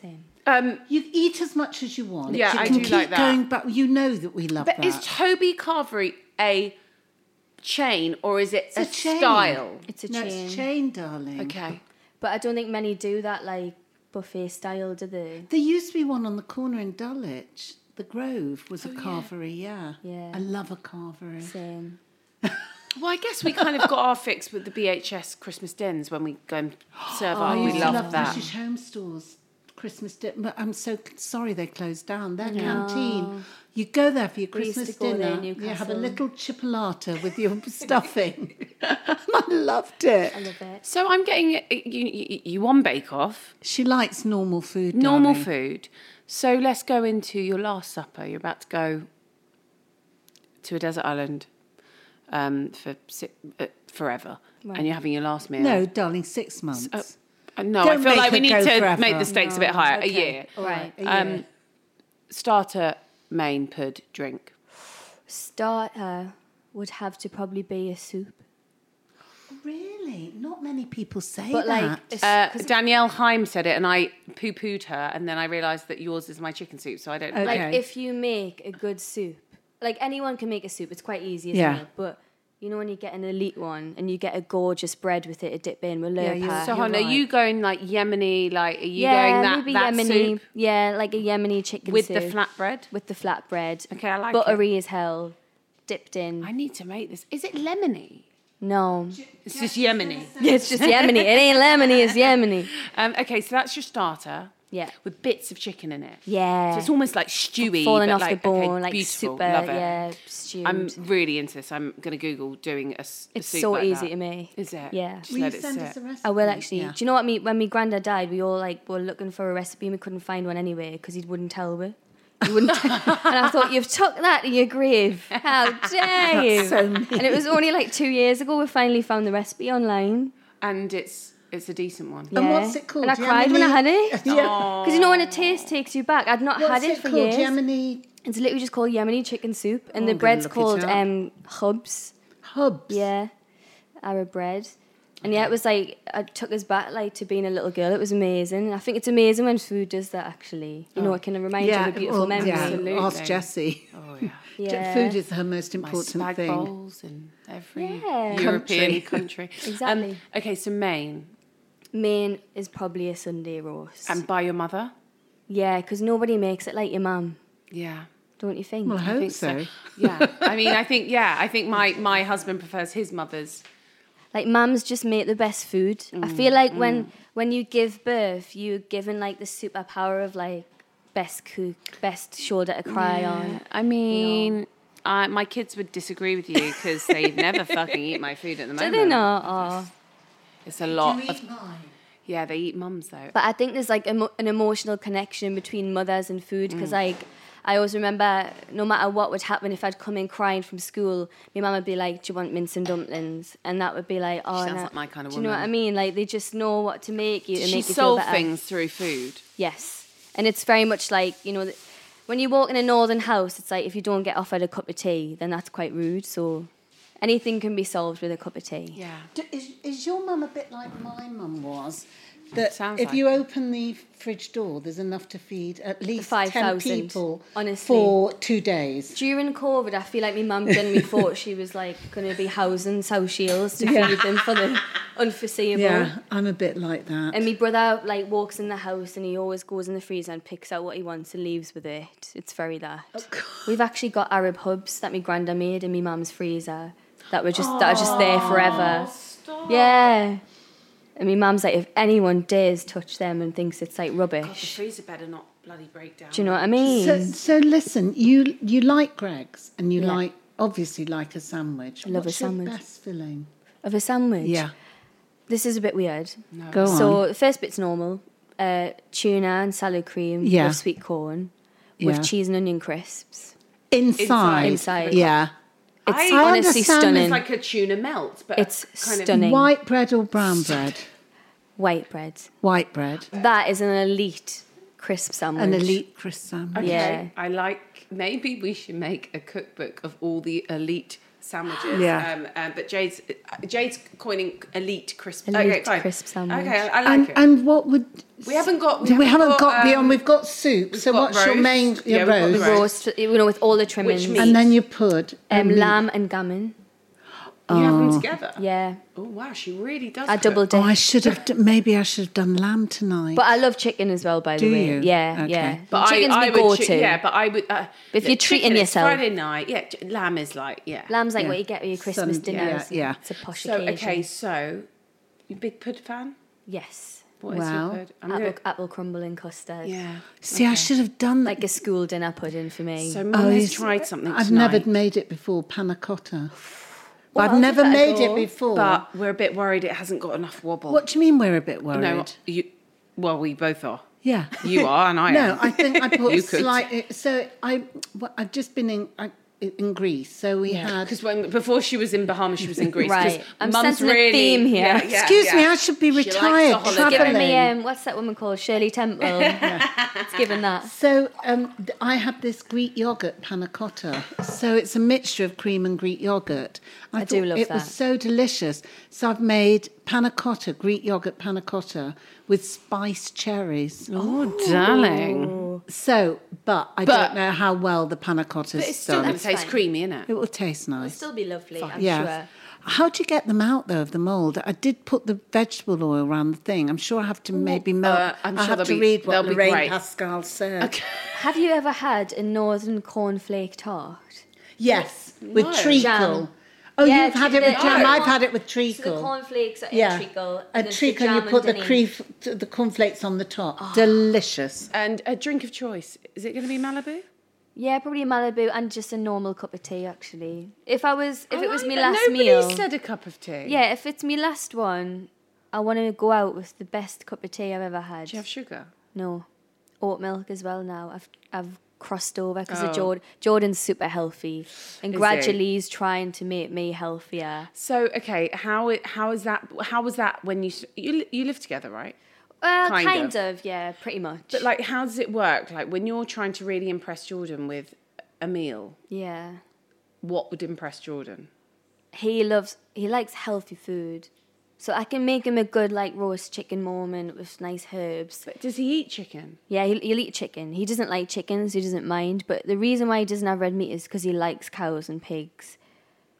[SPEAKER 4] Same.
[SPEAKER 1] Um,
[SPEAKER 2] You eat as much as you want.
[SPEAKER 3] Yeah,
[SPEAKER 2] you
[SPEAKER 3] I
[SPEAKER 2] can
[SPEAKER 3] do
[SPEAKER 2] keep
[SPEAKER 3] like that.
[SPEAKER 2] going back. You know that we love
[SPEAKER 1] but
[SPEAKER 2] that.
[SPEAKER 1] is Toby Carvery a chain or is it
[SPEAKER 2] It's a chain.
[SPEAKER 1] style?
[SPEAKER 4] It's a
[SPEAKER 2] no,
[SPEAKER 4] chain.
[SPEAKER 2] it's chain, darling.
[SPEAKER 1] Okay.
[SPEAKER 4] But I don't think many do that like buffet style, do they?
[SPEAKER 2] There used to be one on the corner in Dulwich. The Grove was a carvery, Oh, yeah.
[SPEAKER 4] Yeah.
[SPEAKER 2] I love a carvery.
[SPEAKER 4] Same.
[SPEAKER 1] Well, I guess we kind of got our fix with the BHS Christmas dins when we go and serve
[SPEAKER 2] I
[SPEAKER 1] our. Oh, We
[SPEAKER 2] used to
[SPEAKER 1] love
[SPEAKER 2] Oh, love
[SPEAKER 1] that.
[SPEAKER 2] British Home Stores Christmas dinner. But I'm so c- sorry they closed down. Their canteen. You go there for your
[SPEAKER 4] used to
[SPEAKER 2] Christmas
[SPEAKER 4] go there
[SPEAKER 2] dinner.
[SPEAKER 4] in
[SPEAKER 2] You have a little
[SPEAKER 4] Newcastle.
[SPEAKER 2] chipolata with your stuffing. I loved it.
[SPEAKER 4] I love it.
[SPEAKER 1] So I'm getting uh, you. You, you won Bake Off.
[SPEAKER 2] She likes normal food.
[SPEAKER 1] normal
[SPEAKER 2] darling.
[SPEAKER 1] food. So let's go into your last supper. You're about to go to a desert island um, for si uh, forever, and you're having your last meal.
[SPEAKER 2] No, darling, six months.
[SPEAKER 1] Uh, no, I
[SPEAKER 2] Don't
[SPEAKER 1] feel
[SPEAKER 2] make
[SPEAKER 1] like we
[SPEAKER 2] her
[SPEAKER 1] need
[SPEAKER 2] go
[SPEAKER 1] to
[SPEAKER 2] forever.
[SPEAKER 1] make the stakes a bit higher. A year Um,
[SPEAKER 4] All right.
[SPEAKER 2] A year.
[SPEAKER 1] starter main pud drink.
[SPEAKER 4] Starter would have to probably be a soup.
[SPEAKER 2] really? Not many people say
[SPEAKER 4] But
[SPEAKER 2] that.
[SPEAKER 4] like, a s-
[SPEAKER 1] Uh,
[SPEAKER 4] 'cause
[SPEAKER 1] Danielle Heim said it, and I poo pooed her, and then I realised that yours is my chicken soup, so I don't.
[SPEAKER 2] Okay.
[SPEAKER 4] Like if you make a good soup, like anyone can make a soup. It's quite easy, isn't
[SPEAKER 2] Yeah.
[SPEAKER 4] it? But you know when you get an elite one and you get a gorgeous bread with it to dip in with
[SPEAKER 2] Yeah,
[SPEAKER 4] lurpak.
[SPEAKER 2] you're-
[SPEAKER 1] So, hon, are you going like Yemeni? Like, are you going that, that
[SPEAKER 4] Yemeni.
[SPEAKER 1] soup
[SPEAKER 4] Yeah, like a Yemeni chicken
[SPEAKER 1] with
[SPEAKER 4] soup.
[SPEAKER 1] the flatbread?
[SPEAKER 4] with the flatbread.
[SPEAKER 1] Okay, I like it.
[SPEAKER 4] buttery as hell, dipped in.
[SPEAKER 1] I need to make this. Is it lemony?
[SPEAKER 4] no,
[SPEAKER 1] It's just Yemeni.
[SPEAKER 4] it's just Yemeni. It ain't lemony. It's Yemeni.
[SPEAKER 1] Um, okay, so that's your starter.
[SPEAKER 4] Yeah.
[SPEAKER 1] With bits of chicken in it.
[SPEAKER 4] Yeah.
[SPEAKER 1] So it's almost like stewy.
[SPEAKER 4] Falling
[SPEAKER 1] but
[SPEAKER 4] off
[SPEAKER 1] like,
[SPEAKER 4] the bone,
[SPEAKER 1] okay,
[SPEAKER 4] like
[SPEAKER 1] beautiful.
[SPEAKER 4] super.
[SPEAKER 1] Love it.
[SPEAKER 4] Yeah, stewed.
[SPEAKER 1] I'm really into this. I'm going to Google doing a, s- a
[SPEAKER 4] It's
[SPEAKER 1] soup
[SPEAKER 4] so
[SPEAKER 1] like
[SPEAKER 4] easy
[SPEAKER 1] that.
[SPEAKER 4] to make.
[SPEAKER 1] Is it?
[SPEAKER 4] Yeah.
[SPEAKER 1] Just
[SPEAKER 2] Will you
[SPEAKER 1] let it
[SPEAKER 2] send us
[SPEAKER 1] sit.
[SPEAKER 2] a recipe?
[SPEAKER 4] I will actually.
[SPEAKER 2] mm, Yeah.
[SPEAKER 4] Do you know what I mean? When my granddad died, we all like were looking for a recipe and we couldn't find one anywhere because he wouldn't tell me. He wouldn't. tell and I thought you've took that to your grave. How dare you?
[SPEAKER 2] so mean.
[SPEAKER 4] And it was only like two years ago we finally found the recipe online.
[SPEAKER 1] And it's it's a decent one.
[SPEAKER 2] And
[SPEAKER 4] Yeah.
[SPEAKER 2] what's it called?
[SPEAKER 4] And I cried when I
[SPEAKER 2] Yemeni-
[SPEAKER 4] had it
[SPEAKER 2] yeah.
[SPEAKER 4] because you know when a taste takes you back. I'd not
[SPEAKER 2] What's
[SPEAKER 4] had it,
[SPEAKER 2] it
[SPEAKER 4] for
[SPEAKER 2] called?
[SPEAKER 4] years.
[SPEAKER 2] Yemeni
[SPEAKER 4] It's literally just called Yemeni chicken soup, and
[SPEAKER 2] Oh,
[SPEAKER 4] the
[SPEAKER 2] I'm gonna
[SPEAKER 4] bread's
[SPEAKER 2] look it
[SPEAKER 4] called
[SPEAKER 2] up.
[SPEAKER 4] um, hubs.
[SPEAKER 2] hubs.
[SPEAKER 4] Yeah, Arab bread. And yeah, it was like I took us back like to being a little girl. It was amazing. I think it's amazing when food does that. Actually, you know, it can remind you of a
[SPEAKER 1] Oh,
[SPEAKER 4] beautiful
[SPEAKER 2] well,
[SPEAKER 4] memory.
[SPEAKER 2] yeah,
[SPEAKER 1] Absolutely.
[SPEAKER 2] Ask Jessie.
[SPEAKER 1] Oh, yeah.
[SPEAKER 4] Yeah.
[SPEAKER 2] Food is her most
[SPEAKER 1] My
[SPEAKER 2] important
[SPEAKER 1] spag
[SPEAKER 2] thing.
[SPEAKER 1] bowls in every
[SPEAKER 4] Yeah.
[SPEAKER 1] European
[SPEAKER 2] Country.
[SPEAKER 1] country. Um,
[SPEAKER 4] Exactly.
[SPEAKER 1] okay, so Maine.
[SPEAKER 4] Main is probably a Sunday roast.
[SPEAKER 2] Um,
[SPEAKER 1] And by your mother?
[SPEAKER 4] yeah, because nobody makes it like your mum,
[SPEAKER 1] Yeah.
[SPEAKER 4] don't you think?
[SPEAKER 2] Well, I hope
[SPEAKER 1] think
[SPEAKER 2] so.
[SPEAKER 1] so. Yeah. I mean, I think, yeah, I think my, my husband prefers his mother's.
[SPEAKER 4] like mums just make the best food. I feel like when when you give birth, you're given like the superpower of like best cook, best shoulder to cry on.
[SPEAKER 1] I mean, I, Uh, my kids would disagree with you because they never fucking eat my food at the
[SPEAKER 4] Do
[SPEAKER 1] moment.
[SPEAKER 4] they not? Oh.
[SPEAKER 1] It's a lot of. Yeah, they eat mums though.
[SPEAKER 4] But I think there's like emo- an emotional connection between mothers and food because
[SPEAKER 1] Mm.
[SPEAKER 4] like I always remember no matter what would happen if I'd come in crying from school, my mum would be like, "Do you want mince and dumplings?" And that would be like, "Oh,
[SPEAKER 1] sounds
[SPEAKER 4] no."
[SPEAKER 1] like my kind of
[SPEAKER 4] Do you know what I
[SPEAKER 1] woman.
[SPEAKER 4] mean? Like they just know what to make you to
[SPEAKER 1] she
[SPEAKER 4] make you feel
[SPEAKER 1] solved
[SPEAKER 4] better.
[SPEAKER 1] things through food.
[SPEAKER 4] Yes, and it's very much like you know. th- When you walk in a northern house, it's like if you don't get offered a cup of tea, then that's quite rude. So anything can be solved with a cup of tea.
[SPEAKER 1] Yeah.
[SPEAKER 2] Do- Is, is your mum a bit like my mum was? That
[SPEAKER 1] Sounds
[SPEAKER 2] if
[SPEAKER 1] like
[SPEAKER 2] you open the fridge door, there's enough to feed at least 10
[SPEAKER 4] 5,000,
[SPEAKER 2] people
[SPEAKER 4] honestly.
[SPEAKER 2] for two days.
[SPEAKER 4] During COVID, I feel like my mum genuinely thought she was like going to be housing South Shields to feed them for the unforeseeable.
[SPEAKER 2] Yeah, I'm a bit like that.
[SPEAKER 4] And my brother like walks in the house and he always goes in the freezer and picks out what he wants and leaves with it. It's very that.
[SPEAKER 2] Oh,
[SPEAKER 4] We've actually got Arab hubs that my granda made in my mum's freezer that were just that are just there forever. Yeah. And my mum's like, if anyone dares touch them and thinks it's like
[SPEAKER 1] The
[SPEAKER 2] Oh,
[SPEAKER 4] rubbish,
[SPEAKER 1] freezer better not bloody break down.
[SPEAKER 4] do you know what I mean?
[SPEAKER 2] so, so listen, you you like Greg's and you
[SPEAKER 4] Yeah.
[SPEAKER 2] like obviously like a sandwich.
[SPEAKER 4] I love a
[SPEAKER 2] What's your
[SPEAKER 4] sandwich.
[SPEAKER 2] best filling?
[SPEAKER 4] of a sandwich.
[SPEAKER 2] Yeah,
[SPEAKER 4] This is a bit weird.
[SPEAKER 2] go on.
[SPEAKER 4] So the first bit's normal. Uh, tuna and salad cream
[SPEAKER 2] Yeah.
[SPEAKER 4] with sweet corn
[SPEAKER 2] Yeah.
[SPEAKER 4] with cheese and onion crisps.
[SPEAKER 2] inside,
[SPEAKER 4] Inside.
[SPEAKER 2] yeah,
[SPEAKER 4] It's
[SPEAKER 1] I
[SPEAKER 4] honestly
[SPEAKER 2] understand
[SPEAKER 4] stunning.
[SPEAKER 1] It's like a tuna melt, but
[SPEAKER 4] It's
[SPEAKER 1] kind
[SPEAKER 4] stunning.
[SPEAKER 2] white bread or brown bread?
[SPEAKER 4] White bread.
[SPEAKER 2] White bread,
[SPEAKER 4] That is an elite crisp sandwich.
[SPEAKER 2] an elite crisp sandwich.
[SPEAKER 1] Of,
[SPEAKER 4] Yeah.
[SPEAKER 1] Okay, I like. Maybe we should make a cookbook of all the elite sandwiches.
[SPEAKER 3] Yeah.
[SPEAKER 1] Um, um, but Jade's Jade's coining elite crisp.
[SPEAKER 4] Elite
[SPEAKER 1] okay, fine.
[SPEAKER 4] crisp sandwich.
[SPEAKER 1] Okay, I, I like
[SPEAKER 2] And,
[SPEAKER 1] it.
[SPEAKER 2] and what would
[SPEAKER 1] We haven't got- we
[SPEAKER 2] we,
[SPEAKER 1] haven't
[SPEAKER 2] haven't
[SPEAKER 1] got,
[SPEAKER 2] got,
[SPEAKER 1] um,
[SPEAKER 2] beyond. We've got soup. so
[SPEAKER 1] got
[SPEAKER 2] what's your
[SPEAKER 1] roast.
[SPEAKER 2] main
[SPEAKER 1] Yeah,
[SPEAKER 2] your
[SPEAKER 1] we've got the
[SPEAKER 2] roast?
[SPEAKER 1] roast.
[SPEAKER 4] Roast, you know, with all the trimmings.
[SPEAKER 1] Which meat?
[SPEAKER 2] and then you put
[SPEAKER 4] um,
[SPEAKER 2] meat.
[SPEAKER 4] lamb and gammon.
[SPEAKER 1] you have them together.
[SPEAKER 4] Yeah,
[SPEAKER 1] Oh wow, she really does.
[SPEAKER 4] I
[SPEAKER 1] cook.
[SPEAKER 4] double
[SPEAKER 2] Oh, I
[SPEAKER 4] dip.
[SPEAKER 2] should have. d- Maybe I should have done lamb tonight.
[SPEAKER 4] But I love chicken as well, by
[SPEAKER 2] Do
[SPEAKER 4] the way.
[SPEAKER 2] you?
[SPEAKER 4] Yeah,
[SPEAKER 2] Okay.
[SPEAKER 4] yeah.
[SPEAKER 1] But
[SPEAKER 4] Chicken's
[SPEAKER 1] I, I
[SPEAKER 4] my
[SPEAKER 1] would,
[SPEAKER 4] go-to.
[SPEAKER 1] chi- yeah, but I would. Uh,
[SPEAKER 4] But if
[SPEAKER 1] yeah,
[SPEAKER 4] you're treating
[SPEAKER 1] chicken,
[SPEAKER 4] yourself-
[SPEAKER 1] it's Friday night, yeah, ch- lamb is like, yeah.
[SPEAKER 4] Lamb's like
[SPEAKER 2] Yeah.
[SPEAKER 4] what you get with your Christmas
[SPEAKER 2] Some-
[SPEAKER 4] dinner.
[SPEAKER 2] yeah,
[SPEAKER 4] It's-
[SPEAKER 2] yeah.
[SPEAKER 4] It's a posh
[SPEAKER 1] So
[SPEAKER 4] occasion.
[SPEAKER 1] okay, so you big pud fan?
[SPEAKER 4] Yes.
[SPEAKER 1] What is
[SPEAKER 4] Oh,
[SPEAKER 2] Wow.
[SPEAKER 1] your pud? I'm
[SPEAKER 4] Apple,
[SPEAKER 1] gonna,
[SPEAKER 4] apple crumble and custard.
[SPEAKER 1] yeah.
[SPEAKER 2] See, I should have done
[SPEAKER 4] Like a school dinner pudding for me.
[SPEAKER 1] So
[SPEAKER 2] Oh,
[SPEAKER 1] mum has
[SPEAKER 2] yes.
[SPEAKER 1] tried something.
[SPEAKER 2] I've
[SPEAKER 1] tonight,
[SPEAKER 2] never made it before, panna cotta.
[SPEAKER 4] Well,
[SPEAKER 2] I've
[SPEAKER 4] I'll
[SPEAKER 2] never
[SPEAKER 4] give that a
[SPEAKER 2] made it
[SPEAKER 4] go,
[SPEAKER 2] before.
[SPEAKER 1] but we're a bit worried it hasn't got enough wobble.
[SPEAKER 2] what do you mean we're a bit worried?
[SPEAKER 1] No, you. Well, we both are.
[SPEAKER 2] yeah.
[SPEAKER 1] You are, and I
[SPEAKER 2] no,
[SPEAKER 1] am.
[SPEAKER 2] I think I put
[SPEAKER 1] You could.
[SPEAKER 2] slightly. So I, well, I've just been in I, in Greece, so we had.
[SPEAKER 1] Because Uh, when before she was in Bahamas, she was in Greece. 'cause
[SPEAKER 4] Right. I'm
[SPEAKER 1] mum's
[SPEAKER 4] sensing a
[SPEAKER 1] really,
[SPEAKER 4] theme here.
[SPEAKER 1] Yeah, yeah,
[SPEAKER 2] Excuse me,
[SPEAKER 1] yeah.
[SPEAKER 2] I should be
[SPEAKER 1] She likes a
[SPEAKER 2] retired
[SPEAKER 1] holiday.
[SPEAKER 4] It's giving me
[SPEAKER 2] travelling.
[SPEAKER 4] um, what's that woman called? Shirley Temple. it's given that.
[SPEAKER 2] So um, th- I had this Greek yogurt panna cotta. So it's a mixture of cream and Greek yogurt.
[SPEAKER 4] I do
[SPEAKER 2] thought
[SPEAKER 4] love
[SPEAKER 2] it was
[SPEAKER 4] that.
[SPEAKER 2] so delicious. So I've made panna cotta, Greek yogurt panna cotta with spiced cherries.
[SPEAKER 1] Oh, darling.
[SPEAKER 2] So, but I
[SPEAKER 1] But-
[SPEAKER 2] don't know how well the panna cotta
[SPEAKER 1] But it's still
[SPEAKER 2] done.
[SPEAKER 1] going to
[SPEAKER 4] That's
[SPEAKER 1] taste
[SPEAKER 4] fine.
[SPEAKER 1] creamy, isn't it?
[SPEAKER 2] It will taste nice.
[SPEAKER 4] Still be lovely, I'm
[SPEAKER 2] yeah.
[SPEAKER 4] sure.
[SPEAKER 2] How do you get them out though of the mold? I did put the vegetable oil around the thing. I'm sure I have to maybe melt.
[SPEAKER 1] uh, I'm
[SPEAKER 2] I
[SPEAKER 1] sure
[SPEAKER 2] have
[SPEAKER 1] they'll
[SPEAKER 2] to
[SPEAKER 1] be-
[SPEAKER 2] read what
[SPEAKER 1] they'll be
[SPEAKER 2] Lorraine
[SPEAKER 1] great.
[SPEAKER 2] Pascal said.
[SPEAKER 4] Have you ever had a northern cornflake tart?
[SPEAKER 2] Yes, with
[SPEAKER 1] No.
[SPEAKER 2] treacle.
[SPEAKER 4] Jam.
[SPEAKER 2] Oh,
[SPEAKER 4] Yeah,
[SPEAKER 2] you've had
[SPEAKER 4] tre-
[SPEAKER 2] it with
[SPEAKER 4] the-
[SPEAKER 2] jam.
[SPEAKER 4] no.
[SPEAKER 2] I've had it with
[SPEAKER 4] So
[SPEAKER 2] treacle.
[SPEAKER 4] the cornflakes are in
[SPEAKER 2] yeah,
[SPEAKER 4] treacle. and
[SPEAKER 2] a
[SPEAKER 4] then the
[SPEAKER 2] treacle. You
[SPEAKER 4] jam
[SPEAKER 2] put the
[SPEAKER 4] underneath.
[SPEAKER 2] creef, the cornflakes on the top. Delicious.
[SPEAKER 1] And a drink of choice. Is it going to be Malibu?
[SPEAKER 4] Yeah, probably a Malibu and just a normal cup of tea. Actually, if I was,
[SPEAKER 2] Oh,
[SPEAKER 4] if
[SPEAKER 1] Oh, I
[SPEAKER 4] it was
[SPEAKER 1] like
[SPEAKER 4] my
[SPEAKER 1] that.
[SPEAKER 4] last
[SPEAKER 1] Nobody
[SPEAKER 4] meal,
[SPEAKER 1] said a cup of tea.
[SPEAKER 4] yeah, if it's my last one, I want to go out with the best cup of tea I've ever had.
[SPEAKER 1] Do you have sugar?
[SPEAKER 4] No, oat milk as well. Now I've I've crossed over because Jordan Jordan's super healthy, and
[SPEAKER 1] Is
[SPEAKER 4] gradually he's trying to make me healthier.
[SPEAKER 1] So okay, how it how is that? How was that when you s- you li- you live together, right?
[SPEAKER 4] Well,
[SPEAKER 1] Kind
[SPEAKER 4] kind,
[SPEAKER 1] of.
[SPEAKER 4] of. yeah, pretty much.
[SPEAKER 1] But like, how does it work? Like when you're trying to really impress Jordan with a meal,
[SPEAKER 4] yeah,
[SPEAKER 1] what would impress Jordan?
[SPEAKER 4] he loves he likes healthy food, so I can make him a good like roast chicken moment with nice herbs.
[SPEAKER 1] But does he eat chicken?
[SPEAKER 4] Yeah, he'll, he'll eat chicken. He doesn't like chickens. He doesn't mind. But the reason why he doesn't have red meat is because he likes cows and pigs.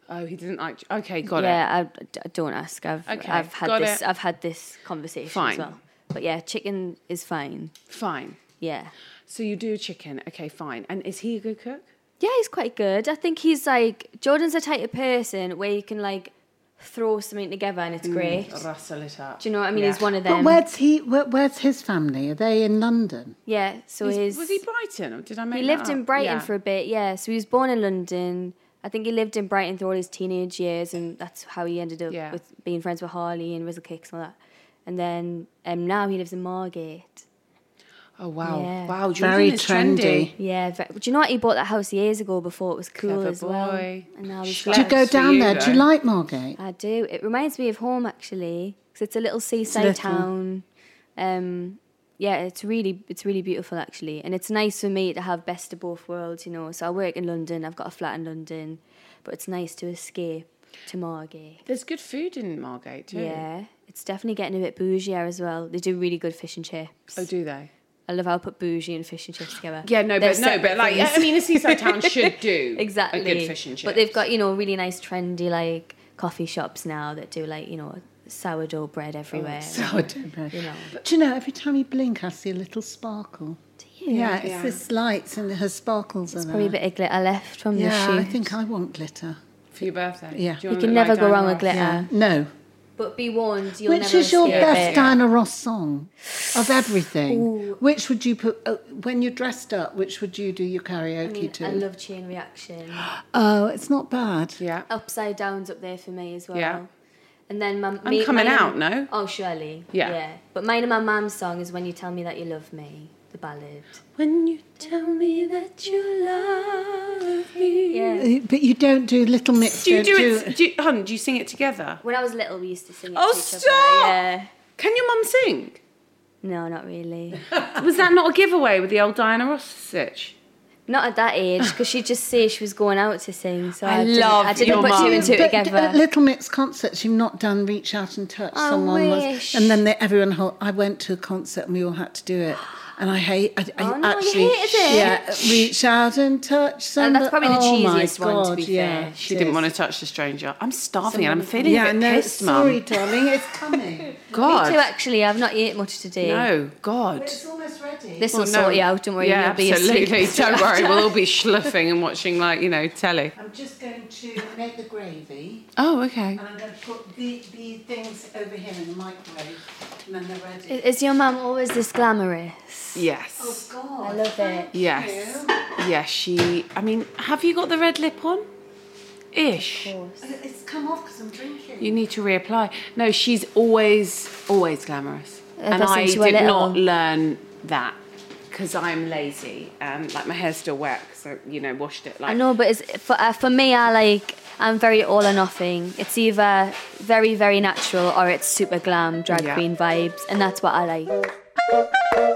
[SPEAKER 1] Oh, he doesn't like. ch- Okay, got it.
[SPEAKER 4] yeah, I- d- don't ask. I've
[SPEAKER 1] Okay,
[SPEAKER 4] I've had
[SPEAKER 1] got
[SPEAKER 4] this.
[SPEAKER 1] it.
[SPEAKER 4] I've had this conversation
[SPEAKER 1] Fine.
[SPEAKER 4] as well. But yeah, chicken is fine.
[SPEAKER 1] Fine.
[SPEAKER 4] Yeah,
[SPEAKER 1] So you do chicken. Okay, fine. And is he a good cook?
[SPEAKER 4] yeah, he's quite good. I think he's like Jordan's the type of person where you can like throw something together and it's Mm. great.
[SPEAKER 1] Mm, Rustle it up.
[SPEAKER 4] Do you know what I mean? He's
[SPEAKER 1] Yeah.
[SPEAKER 4] one of
[SPEAKER 2] But
[SPEAKER 4] them.
[SPEAKER 2] where's he? Where, where's his family? Are they in London?
[SPEAKER 4] yeah, so
[SPEAKER 1] He's-
[SPEAKER 4] his
[SPEAKER 1] Was he Brighton? Or did I make
[SPEAKER 4] He
[SPEAKER 1] that
[SPEAKER 4] lived in
[SPEAKER 1] up?
[SPEAKER 4] Brighton
[SPEAKER 1] Yeah.
[SPEAKER 4] for a bit, yeah. So he was born in London. I think he lived in Brighton through all his teenage years, and that's how he ended up
[SPEAKER 1] Yeah.
[SPEAKER 4] with being friends with Harley and Rizzle Kicks and all that. And then um, now he lives in Margate.
[SPEAKER 1] Oh wow!
[SPEAKER 4] Yeah.
[SPEAKER 1] Wow, Jordan
[SPEAKER 2] Very
[SPEAKER 1] is trendy.
[SPEAKER 2] trendy.
[SPEAKER 4] Yeah, ve- but do you know what? He bought that house years ago before it was cool
[SPEAKER 1] Clever
[SPEAKER 4] as well.
[SPEAKER 1] boy.
[SPEAKER 4] And now he's
[SPEAKER 1] Schlep.
[SPEAKER 4] got-
[SPEAKER 2] Do you go
[SPEAKER 1] That's for
[SPEAKER 2] down
[SPEAKER 1] you,
[SPEAKER 2] there? Do you
[SPEAKER 1] though.
[SPEAKER 2] like Margate?
[SPEAKER 4] I do. It reminds me of home actually, because it's a little seaside
[SPEAKER 2] little.
[SPEAKER 4] town. Um, yeah, it's really it's really beautiful actually, and it's nice for me to have best of both worlds. You know, so I work in London. I've got a flat in London, but it's nice to escape to Margate.
[SPEAKER 1] There's good food in Margate too.
[SPEAKER 4] Yeah, it's definitely getting a bit bougier as well. They do really good fish and chips.
[SPEAKER 1] Oh, do they?
[SPEAKER 4] I love how I put bougie and fish and chips together.
[SPEAKER 1] Yeah, no,
[SPEAKER 4] They're
[SPEAKER 1] but no,
[SPEAKER 4] separate
[SPEAKER 1] but like,
[SPEAKER 4] things.
[SPEAKER 1] I mean, a seaside town should do
[SPEAKER 4] exactly
[SPEAKER 1] a good fish and chips.
[SPEAKER 4] But they've got you know really nice trendy like coffee shops now that do like you know sourdough bread
[SPEAKER 1] Oh,
[SPEAKER 4] everywhere.
[SPEAKER 2] Sourdough bread.
[SPEAKER 4] Uh, You know.
[SPEAKER 2] Do you know, every time you blink, I see a little sparkle. Yeah, it's
[SPEAKER 1] Yeah.
[SPEAKER 2] this lights and her sparkles
[SPEAKER 4] It's
[SPEAKER 2] are
[SPEAKER 4] probably a
[SPEAKER 2] there.
[SPEAKER 4] bit of glitter left from the
[SPEAKER 2] yeah,
[SPEAKER 4] shoe.
[SPEAKER 2] I think I want glitter.
[SPEAKER 1] for your birthday.
[SPEAKER 2] Yeah.
[SPEAKER 1] Do
[SPEAKER 2] You
[SPEAKER 1] wanna
[SPEAKER 4] can
[SPEAKER 1] look like
[SPEAKER 4] never go
[SPEAKER 1] Diana
[SPEAKER 4] wrong with
[SPEAKER 1] Ross?
[SPEAKER 4] glitter. Yeah.
[SPEAKER 2] No.
[SPEAKER 4] But be warned, you'll
[SPEAKER 2] Which
[SPEAKER 4] never
[SPEAKER 2] is your
[SPEAKER 4] escape
[SPEAKER 2] best
[SPEAKER 4] it.
[SPEAKER 2] Diana Ross song of everything? Which would you put uh, when you're dressed up? Which would you do your karaoke
[SPEAKER 4] I mean,
[SPEAKER 2] to?
[SPEAKER 4] I love chain reaction.
[SPEAKER 2] oh, it's not bad.
[SPEAKER 1] Yeah.
[SPEAKER 4] Upside down's up there for me as well.
[SPEAKER 1] Yeah.
[SPEAKER 4] And then my,
[SPEAKER 1] I'm coming
[SPEAKER 4] mum-
[SPEAKER 1] out, no?
[SPEAKER 4] Oh, surely.
[SPEAKER 1] Yeah.
[SPEAKER 4] But mine and my mum's song is "When You Tell Me That You Love Me," the ballad.
[SPEAKER 1] When you tell me that you love me.
[SPEAKER 4] Yeah.
[SPEAKER 2] Uh, But you don't do Little Mix.
[SPEAKER 1] Do you do
[SPEAKER 2] don't
[SPEAKER 1] it? Do you, hon, do you sing it together?
[SPEAKER 4] When I was little, we used to sing it
[SPEAKER 1] Oh,
[SPEAKER 4] to each
[SPEAKER 1] stop!
[SPEAKER 4] other. Yeah.
[SPEAKER 1] Can your mum sing?
[SPEAKER 4] No, not really.
[SPEAKER 1] Was that not a giveaway with the old Diana Ross stitch?
[SPEAKER 4] Not at that age, because she just say she was going out to sing. So
[SPEAKER 1] I
[SPEAKER 4] I, didn't,
[SPEAKER 1] love
[SPEAKER 4] I didn't
[SPEAKER 1] your
[SPEAKER 4] put
[SPEAKER 1] mum. uh,
[SPEAKER 4] two and two
[SPEAKER 2] But d-
[SPEAKER 4] together.
[SPEAKER 2] at Little Mix concerts, you've not done reach out and touch
[SPEAKER 4] I
[SPEAKER 2] someone, was-
[SPEAKER 4] wish.
[SPEAKER 2] and then they, everyone. Whole, I went to a concert and we all had to do it, and I hate. I, I
[SPEAKER 4] Oh, no, you
[SPEAKER 2] actually,
[SPEAKER 4] hated it.
[SPEAKER 2] yeah, reach out and touch someone.
[SPEAKER 4] probably the
[SPEAKER 2] oh my
[SPEAKER 4] cheesiest one, to
[SPEAKER 2] God,
[SPEAKER 4] be
[SPEAKER 2] yeah,
[SPEAKER 4] fair.
[SPEAKER 1] She didn't want to touch the stranger. I'm starving and I'm feeling
[SPEAKER 2] Yeah,
[SPEAKER 1] a bit
[SPEAKER 2] no,
[SPEAKER 1] pissed,
[SPEAKER 2] sorry,
[SPEAKER 1] Mum.
[SPEAKER 2] darling, it's coming.
[SPEAKER 1] God.
[SPEAKER 4] Me too, actually. I've not eaten much today.
[SPEAKER 1] No, God.
[SPEAKER 2] it's almost ready.
[SPEAKER 4] This will
[SPEAKER 1] Well, no.
[SPEAKER 4] sort you out. Don't worry.
[SPEAKER 1] Yeah,
[SPEAKER 4] you'll be asleep.
[SPEAKER 1] absolutely. Don't worry. We'll all be schluffing and watching, like, you know, telly.
[SPEAKER 2] I'm just going to make the gravy,
[SPEAKER 1] Oh, okay.
[SPEAKER 2] and I'm going to put the, the things over here in the microwave, and then they're ready.
[SPEAKER 4] Is your mum always this glamorous?
[SPEAKER 1] Yes.
[SPEAKER 4] I love it.
[SPEAKER 1] Yes. Yes, she. I mean, have you got the red lip on? Ish.
[SPEAKER 2] It's come off because I'm drinking.
[SPEAKER 1] You need to reapply. No, she's always, always glamorous. and
[SPEAKER 4] that's
[SPEAKER 1] I
[SPEAKER 4] since
[SPEAKER 1] did
[SPEAKER 4] you were little.
[SPEAKER 1] not learn that because I'm lazy. Um, like, my hair's still wet because I, you know, washed it. Like,
[SPEAKER 4] I know, but it's, for uh, for me, I like I'm very all or nothing. It's either very very natural or it's super glam drag
[SPEAKER 1] Yeah.
[SPEAKER 4] queen vibes, and that's what I like.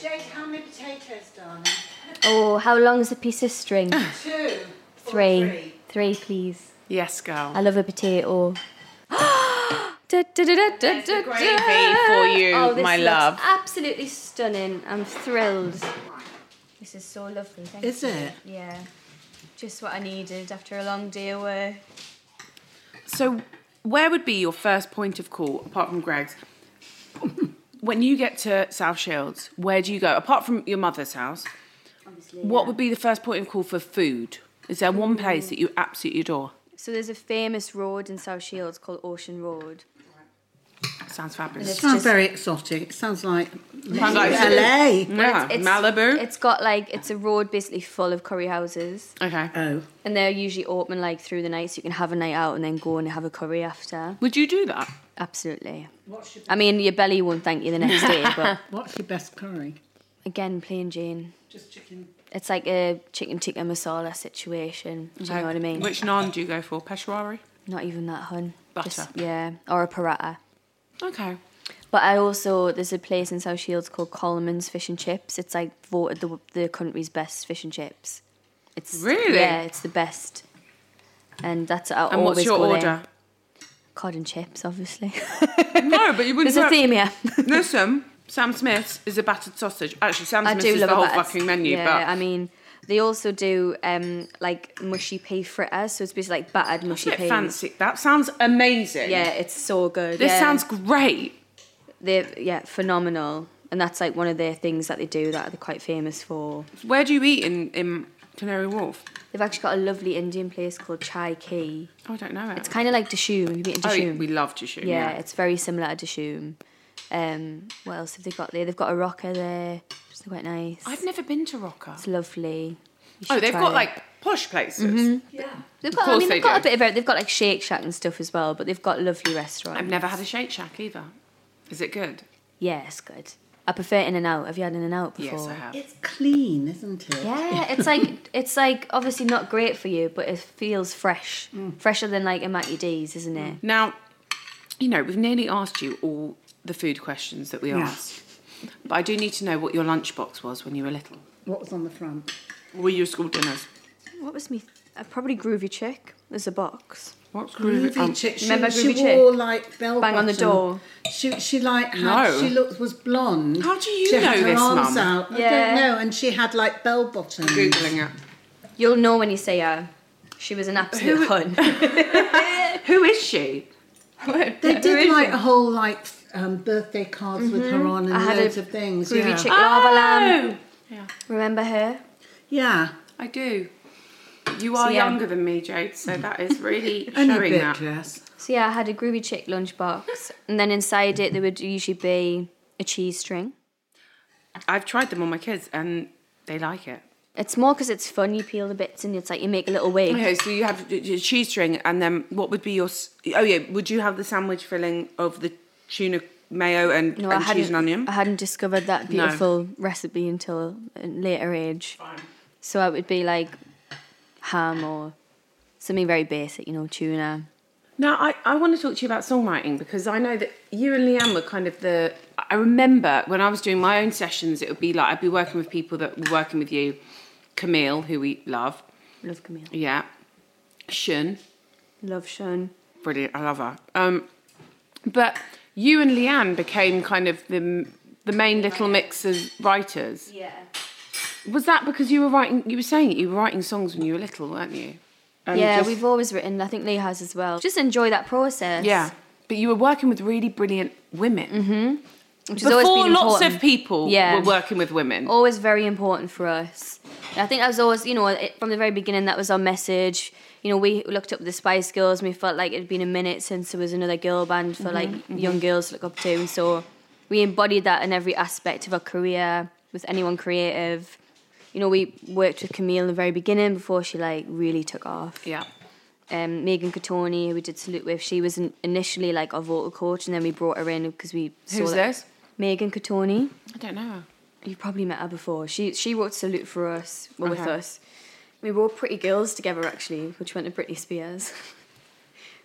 [SPEAKER 2] Jake, how many potatoes, darling?
[SPEAKER 4] Oh, how long is a piece of string?
[SPEAKER 2] Two.
[SPEAKER 4] Three. Three, please.
[SPEAKER 1] yes, girl.
[SPEAKER 4] I love a potato. There's
[SPEAKER 1] the gravy for you,
[SPEAKER 4] oh, this
[SPEAKER 1] my
[SPEAKER 4] looks
[SPEAKER 1] love.
[SPEAKER 4] Absolutely stunning. I'm thrilled. This is so lovely. Thank
[SPEAKER 2] Is
[SPEAKER 4] you.
[SPEAKER 2] it?
[SPEAKER 4] Yeah. Just what I needed after a long day of work.
[SPEAKER 1] So, where would be your first point of call apart from Greg's? when you get to South Shields, where do you go apart from your mother's house? What would be the first point of call for food? Is there one place that you absolutely adore?
[SPEAKER 4] So there's a famous road in South Shields called Ocean Road.
[SPEAKER 1] Sounds fabulous.
[SPEAKER 4] It's
[SPEAKER 2] Sounds
[SPEAKER 4] just-
[SPEAKER 2] very exotic. It sounds like
[SPEAKER 1] Sounds like-
[SPEAKER 2] LA.
[SPEAKER 1] Yeah,
[SPEAKER 4] It's-
[SPEAKER 1] Malibu.
[SPEAKER 4] It's got like it's a road basically full of curry houses,
[SPEAKER 1] okay.
[SPEAKER 2] Oh,
[SPEAKER 4] and they're usually open like through the night, so you can have a night out and then go and have a curry after.
[SPEAKER 1] Would you do that?
[SPEAKER 4] Absolutely. I mean, your belly won't thank you the next day, but
[SPEAKER 2] what's your best curry?
[SPEAKER 4] again, plain Jane.
[SPEAKER 2] Just chicken.
[SPEAKER 4] It's like a chicken tikka masala situation. Do you know what I mean?
[SPEAKER 1] Which naan do you go for? Peshwari.
[SPEAKER 4] Not even that, hun.
[SPEAKER 1] Butter.
[SPEAKER 4] yeah, or a paratha.
[SPEAKER 1] Okay.
[SPEAKER 4] But I also there's a place in South Shields called Coleman's Fish and Chips. It's like voted the the country's best fish and chips. It's
[SPEAKER 1] Really?
[SPEAKER 4] yeah, it's the best. And that's I
[SPEAKER 1] And
[SPEAKER 4] always
[SPEAKER 1] what's your
[SPEAKER 4] go
[SPEAKER 1] order?
[SPEAKER 4] There. Cod and chips, obviously.
[SPEAKER 1] No, but you wouldn't.
[SPEAKER 4] there's a
[SPEAKER 1] do it.
[SPEAKER 4] theme here.
[SPEAKER 1] Listen, Sam Smith's is a battered sausage. Actually, Sam
[SPEAKER 4] I
[SPEAKER 1] Smith's
[SPEAKER 4] do
[SPEAKER 1] is
[SPEAKER 4] love
[SPEAKER 1] the
[SPEAKER 4] a
[SPEAKER 1] whole
[SPEAKER 4] battered-
[SPEAKER 1] fucking menu.
[SPEAKER 4] Yeah,
[SPEAKER 1] but
[SPEAKER 4] I mean. They also do um, like mushy pea fritters, so it's basically like battered mushy
[SPEAKER 1] Isn't it
[SPEAKER 4] peas.
[SPEAKER 1] fancy. That sounds amazing.
[SPEAKER 4] Yeah, it's so good.
[SPEAKER 1] This
[SPEAKER 4] yeah.
[SPEAKER 1] sounds great.
[SPEAKER 4] They're, yeah phenomenal, and that's like one of their things that they do that they're quite famous for.
[SPEAKER 1] Where do you eat in, in Canary Wharf?
[SPEAKER 4] They've actually got a lovely Indian place called Chai Key.
[SPEAKER 1] Oh, I don't know it.
[SPEAKER 4] It's kind of like Dishoom. Have you been to
[SPEAKER 1] oh,
[SPEAKER 4] Dishoom?
[SPEAKER 1] we love Dishoom. Yeah,
[SPEAKER 4] yeah, it's very similar to Dishoom. Um, what else have they got there? They've got a rocker there, which is quite nice.
[SPEAKER 1] I've never been to Rocker.
[SPEAKER 4] It's lovely. You
[SPEAKER 1] Oh,
[SPEAKER 4] should
[SPEAKER 1] they've
[SPEAKER 4] try
[SPEAKER 1] got
[SPEAKER 4] it.
[SPEAKER 1] like posh places.
[SPEAKER 4] Mm-hmm. They've got, I
[SPEAKER 1] course
[SPEAKER 4] mean,
[SPEAKER 1] they
[SPEAKER 4] they've got
[SPEAKER 1] do.
[SPEAKER 4] a bit of it. They've got like Shake Shack and stuff as well, but they've got lovely restaurants.
[SPEAKER 1] I've never had a Shake Shack either. Is it good?
[SPEAKER 4] Yeah, it's good. I prefer In and Out. Have you had In and Out before?
[SPEAKER 1] Yes, I have.
[SPEAKER 2] It's clean, isn't it?
[SPEAKER 4] Yeah, it's like it's like obviously not great for you, but it feels fresh, fresher than like a Matty D's, isn't it?
[SPEAKER 1] Now, you know, we've nearly asked you all the food questions that we asked, but I do need to know what your lunchbox was when you were little.
[SPEAKER 2] What was on the front?
[SPEAKER 1] What were your school dinners?
[SPEAKER 4] Mm. what was me? I probably groovy chick. There's a box.
[SPEAKER 1] What's
[SPEAKER 2] Groovy
[SPEAKER 4] um,
[SPEAKER 2] chick. She,
[SPEAKER 4] remember
[SPEAKER 2] she
[SPEAKER 4] Groovy
[SPEAKER 2] wore
[SPEAKER 4] Chick?
[SPEAKER 2] like bell
[SPEAKER 4] Bang on the
[SPEAKER 2] bottom.
[SPEAKER 4] door.
[SPEAKER 2] She she like had,
[SPEAKER 1] No.
[SPEAKER 2] she looked was blonde.
[SPEAKER 1] How do you
[SPEAKER 2] she
[SPEAKER 1] know
[SPEAKER 2] had her
[SPEAKER 1] this,
[SPEAKER 2] arms
[SPEAKER 1] Mum?
[SPEAKER 2] out. I
[SPEAKER 4] Yeah.
[SPEAKER 2] don't know. And she had like bell bottoms.
[SPEAKER 1] Googling
[SPEAKER 4] You'll know when you see her. She was an absolute hun.
[SPEAKER 1] it. Who is she?
[SPEAKER 2] They did like a whole like f- um, birthday cards with her on and
[SPEAKER 4] Mm-hmm. I had a
[SPEAKER 2] loads of things.
[SPEAKER 4] groovy
[SPEAKER 2] yeah.
[SPEAKER 4] chick lava
[SPEAKER 1] Oh!
[SPEAKER 4] lamb. Remember her?
[SPEAKER 2] Yeah.
[SPEAKER 1] I do. You are
[SPEAKER 4] yeah.
[SPEAKER 1] younger than me, Jade, so that is really
[SPEAKER 2] Only a
[SPEAKER 1] showing
[SPEAKER 2] bit
[SPEAKER 1] that.
[SPEAKER 2] dress.
[SPEAKER 4] So yeah, I had a groovy chick lunchbox, and then inside it there would usually be a cheese string.
[SPEAKER 1] I've tried them on my kids and they like it.
[SPEAKER 4] It's more because it's fun. You peel the bits and it's like you make a little wig.
[SPEAKER 1] Okay, so you have a cheese string, and then what would be your? s- Oh yeah, would you have the sandwich filling of the tuna mayo and,
[SPEAKER 4] No, I
[SPEAKER 1] and
[SPEAKER 4] hadn't.
[SPEAKER 1] cheese and onion?
[SPEAKER 4] I hadn't discovered that beautiful recipe until a later age. So it would be like ham or something very basic, you know, tuna.
[SPEAKER 1] Now, I, I want to talk to you about songwriting because I know that you and Leanne were kind of the. I remember when I was doing my own sessions, it would be like I'd be working with people that were working with you, Camille, who we love,
[SPEAKER 4] Love Camille.
[SPEAKER 1] yeah, Shun,
[SPEAKER 4] Love Sean.
[SPEAKER 1] brilliant, I love her. Um, but you and Leanne became kind of the the main little mix of writers.
[SPEAKER 4] Yeah.
[SPEAKER 1] Was that because you were writing? You were saying that you were writing songs when you were little, weren't you? And
[SPEAKER 4] yeah,
[SPEAKER 1] just-
[SPEAKER 4] we've always written. I think Lee has as well. Just enjoy that process.
[SPEAKER 1] yeah. But you were working with really brilliant women.
[SPEAKER 4] Mm-hmm. Which has
[SPEAKER 1] Before
[SPEAKER 4] always been
[SPEAKER 1] lots
[SPEAKER 4] important.
[SPEAKER 1] of people
[SPEAKER 4] Yeah.
[SPEAKER 1] were working with women.
[SPEAKER 4] always very important for us. And I think that was always, you know, it, from the very beginning, that was our message. You know, we looked up the Spice Girls and we felt like it had been a minute since there was another girl band
[SPEAKER 1] Mm-hmm,
[SPEAKER 4] for like young girls to look up to. And so we embodied that in every aspect of our career with anyone creative. You know, we worked with Camille in the very beginning before she like really took off.
[SPEAKER 1] yeah.
[SPEAKER 4] Um, Megan Catoni, who we did Salute with, she was in, initially like our vocal coach and then we brought her in because we saw
[SPEAKER 1] Who's
[SPEAKER 4] that-
[SPEAKER 1] this?
[SPEAKER 4] Megan Catoni
[SPEAKER 1] I don't know.
[SPEAKER 4] you probably met her before. She she wrote Salute for us, well, with
[SPEAKER 1] Okay.
[SPEAKER 4] us. We were all Pretty Girls together actually, which went to Britney Spears.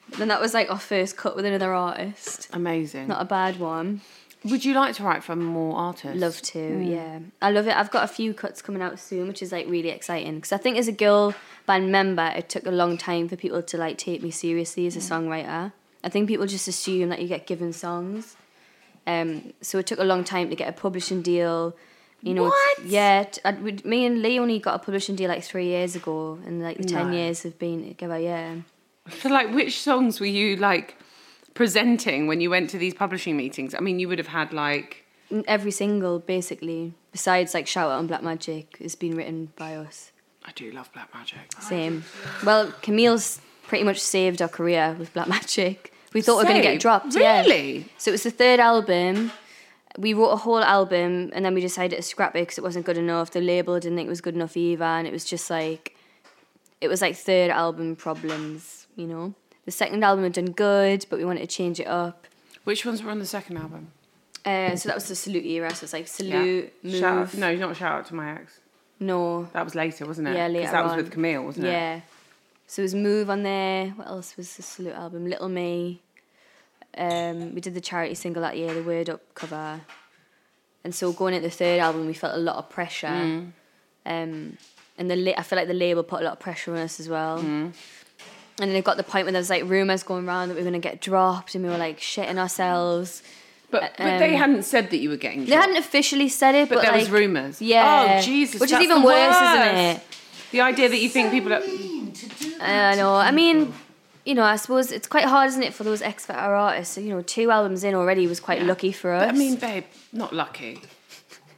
[SPEAKER 4] but then that was like our first cut with another artist.
[SPEAKER 1] Amazing.
[SPEAKER 4] Not a bad one.
[SPEAKER 1] Would you like to write for more artists?
[SPEAKER 4] Love to, yeah. I love it. I've got a few cuts coming out soon, which is like really exciting. Because I think as a girl band member, it took a long time for people to like take me seriously as a songwriter. I think people just assume that you get given songs. Um, so it took a long time to get a publishing deal. You know,
[SPEAKER 1] What?
[SPEAKER 4] yeah. t- I, would- me and Lee only got a publishing deal like three years ago, and like the ten years have been together. Yeah,
[SPEAKER 1] So, like, which songs were you like presenting when you went to these publishing meetings? I mean, you would have had like.
[SPEAKER 4] And every single basically, besides like Shout Out and Black Magic, has been written by us.
[SPEAKER 1] I do love Black Magic.
[SPEAKER 4] Same. Well, Camille's pretty much saved our career with Black Magic. We thought we were going to
[SPEAKER 1] Same?
[SPEAKER 4] get dropped. Yeah.
[SPEAKER 1] Really?
[SPEAKER 4] So it was the third album. We wrote a whole album and then we decided to scrap it because it wasn't good enough. The label didn't think it was good enough either. And it was just like, it was like third album problems, you know? The second album had done good, but we wanted to change it up.
[SPEAKER 1] Which ones were on the second album?
[SPEAKER 4] Uh, so that was the Salute era. So it's like Salute, Move.
[SPEAKER 1] Shout out, no, not shout out to my ex.
[SPEAKER 4] No.
[SPEAKER 1] That was later, wasn't it?
[SPEAKER 4] Yeah,
[SPEAKER 1] 'Cause
[SPEAKER 4] later
[SPEAKER 1] That was
[SPEAKER 4] on.
[SPEAKER 1] with Camille, wasn't it?
[SPEAKER 4] Yeah. So it was Move on there. What else was the Salute album? Little Me. Um, we did the charity single that year, the Word Up cover. And so going into the third album, we felt a lot of pressure.
[SPEAKER 1] Mm.
[SPEAKER 4] Um, and the la- I feel like the label put a lot of pressure on us as well.
[SPEAKER 1] Mm.
[SPEAKER 4] And then it got to the point where there was like rumours going around that we were going to get dropped and we were like shitting ourselves.
[SPEAKER 1] But, but they
[SPEAKER 4] Um,
[SPEAKER 1] hadn't said that you were getting.
[SPEAKER 4] They
[SPEAKER 1] dropped.
[SPEAKER 4] hadn't officially said it,
[SPEAKER 1] But
[SPEAKER 4] but,
[SPEAKER 1] there was
[SPEAKER 4] like,
[SPEAKER 1] rumours.
[SPEAKER 4] Yeah.
[SPEAKER 1] Oh, Jesus,
[SPEAKER 4] Which
[SPEAKER 1] that's
[SPEAKER 4] is even
[SPEAKER 1] the
[SPEAKER 4] worse, isn't
[SPEAKER 1] worst.
[SPEAKER 4] it?
[SPEAKER 1] The idea that you think people are.
[SPEAKER 4] I know. I mean, you know, I suppose it's quite hard, isn't it, for those ex Factor artists? So, you know, two albums in already was quite lucky for us.
[SPEAKER 1] But I mean, babe, not lucky.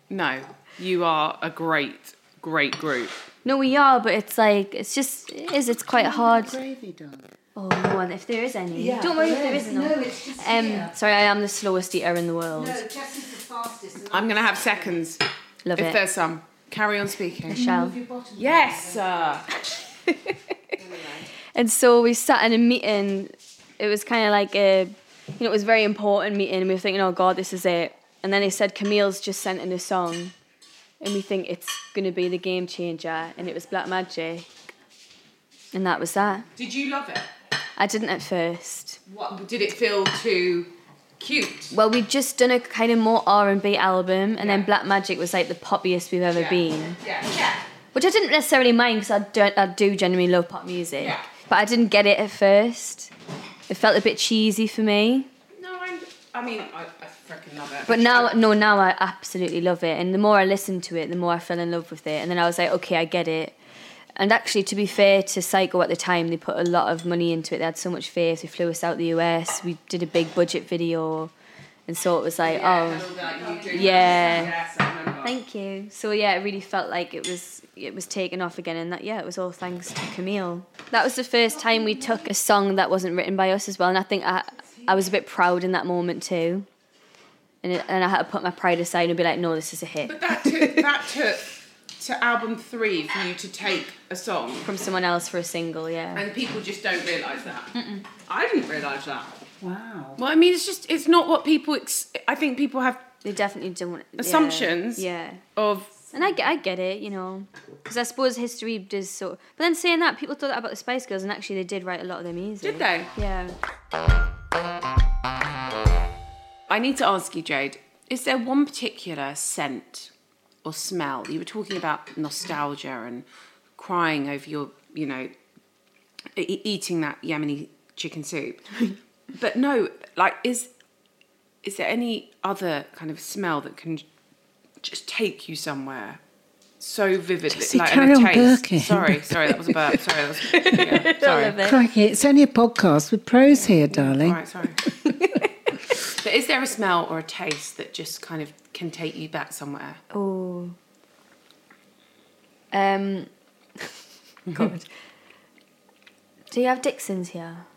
[SPEAKER 1] No, you are a great, great group.
[SPEAKER 4] no, we are, but it's like it's just it is. It's quite hard.
[SPEAKER 2] Gravy done.
[SPEAKER 4] Oh, no one. If there is any, don't worry if there isn't. No, it's just, um, sorry, I am the slowest eater in the world.
[SPEAKER 2] Jessie's the fastest.
[SPEAKER 1] I'm gonna have seconds
[SPEAKER 4] Love
[SPEAKER 1] if
[SPEAKER 4] it.
[SPEAKER 1] there's some. Carry on speaking.
[SPEAKER 4] Shall.
[SPEAKER 1] Yes, sir.
[SPEAKER 4] And so we sat in a meeting. It was kind of like a, you know, it was a very important meeting. We were thinking, oh God, this is it. And then they said, Camille's just sent in a song. And we think it's going to be the game changer. And it was Black Magic. And that was that.
[SPEAKER 1] Did you love it?
[SPEAKER 4] I didn't at first.
[SPEAKER 1] What did it feel too cute?
[SPEAKER 4] Well, we'd just done a kind of more R&B album. And then
[SPEAKER 1] Yeah.
[SPEAKER 4] Black Magic was like the poppiest we've ever been.
[SPEAKER 1] Yeah.
[SPEAKER 4] which I didn't necessarily mind because I don't, I do genuinely love pop music, but I didn't get it at first. It felt a bit cheesy for me,
[SPEAKER 3] No, I'm, I mean, I, I freaking love it.
[SPEAKER 4] but now, no, now I absolutely love it, and the more I listened to it, the more I fell in love with it, and then I was like, okay, I get it. And actually, to be fair to Psycho at the time, they put a lot of money into it. They had so much faith. They flew us out the US. We did a big budget video, and so it was like, oh, yeah. Thank you. So yeah, it really felt like it was it was taken off again, and that yeah, it was all thanks to Camille. That was the first time we took a song that wasn't written by us as well, and I think I I was a bit proud in that moment too, and it, and I had to put my pride aside and be like, no, this is a hit
[SPEAKER 3] That took, that took to album three for you to take a song,
[SPEAKER 4] from someone else for a single, yeah.
[SPEAKER 3] and people just don't realise that. I didn't realise that.
[SPEAKER 2] Wow.
[SPEAKER 3] Well, I mean, it's just it's not what people. Ex- I think people have
[SPEAKER 4] They definitely don't want yeah,
[SPEAKER 3] Assumptions.
[SPEAKER 4] Yeah.
[SPEAKER 3] of
[SPEAKER 4] And I get, I get it, you know, because I suppose history does sort. But then saying that, people thought that about the Spice Girls, and actually they did write a lot of their music.
[SPEAKER 3] did they?
[SPEAKER 4] Yeah.
[SPEAKER 3] I need to ask you, Jade, is there one particular scent or smell? You were talking about nostalgia and crying over your, you know, e- eating that Yemeni chicken soup. but no, like, is is there any other kind of smell that can just take you somewhere so vividly?
[SPEAKER 2] Jessie,
[SPEAKER 3] like,
[SPEAKER 2] carry
[SPEAKER 3] and a
[SPEAKER 2] on
[SPEAKER 3] taste.
[SPEAKER 2] burking.
[SPEAKER 3] Sorry, sorry, that was a burp. Sorry, that was. yeah, sorry.
[SPEAKER 2] Crikey, it's only a podcast with pros here, darling.
[SPEAKER 3] All right, sorry. but is there a smell or a taste that just kind of can take you back somewhere?
[SPEAKER 4] Oh. Um. God. Do you have Dixon's here?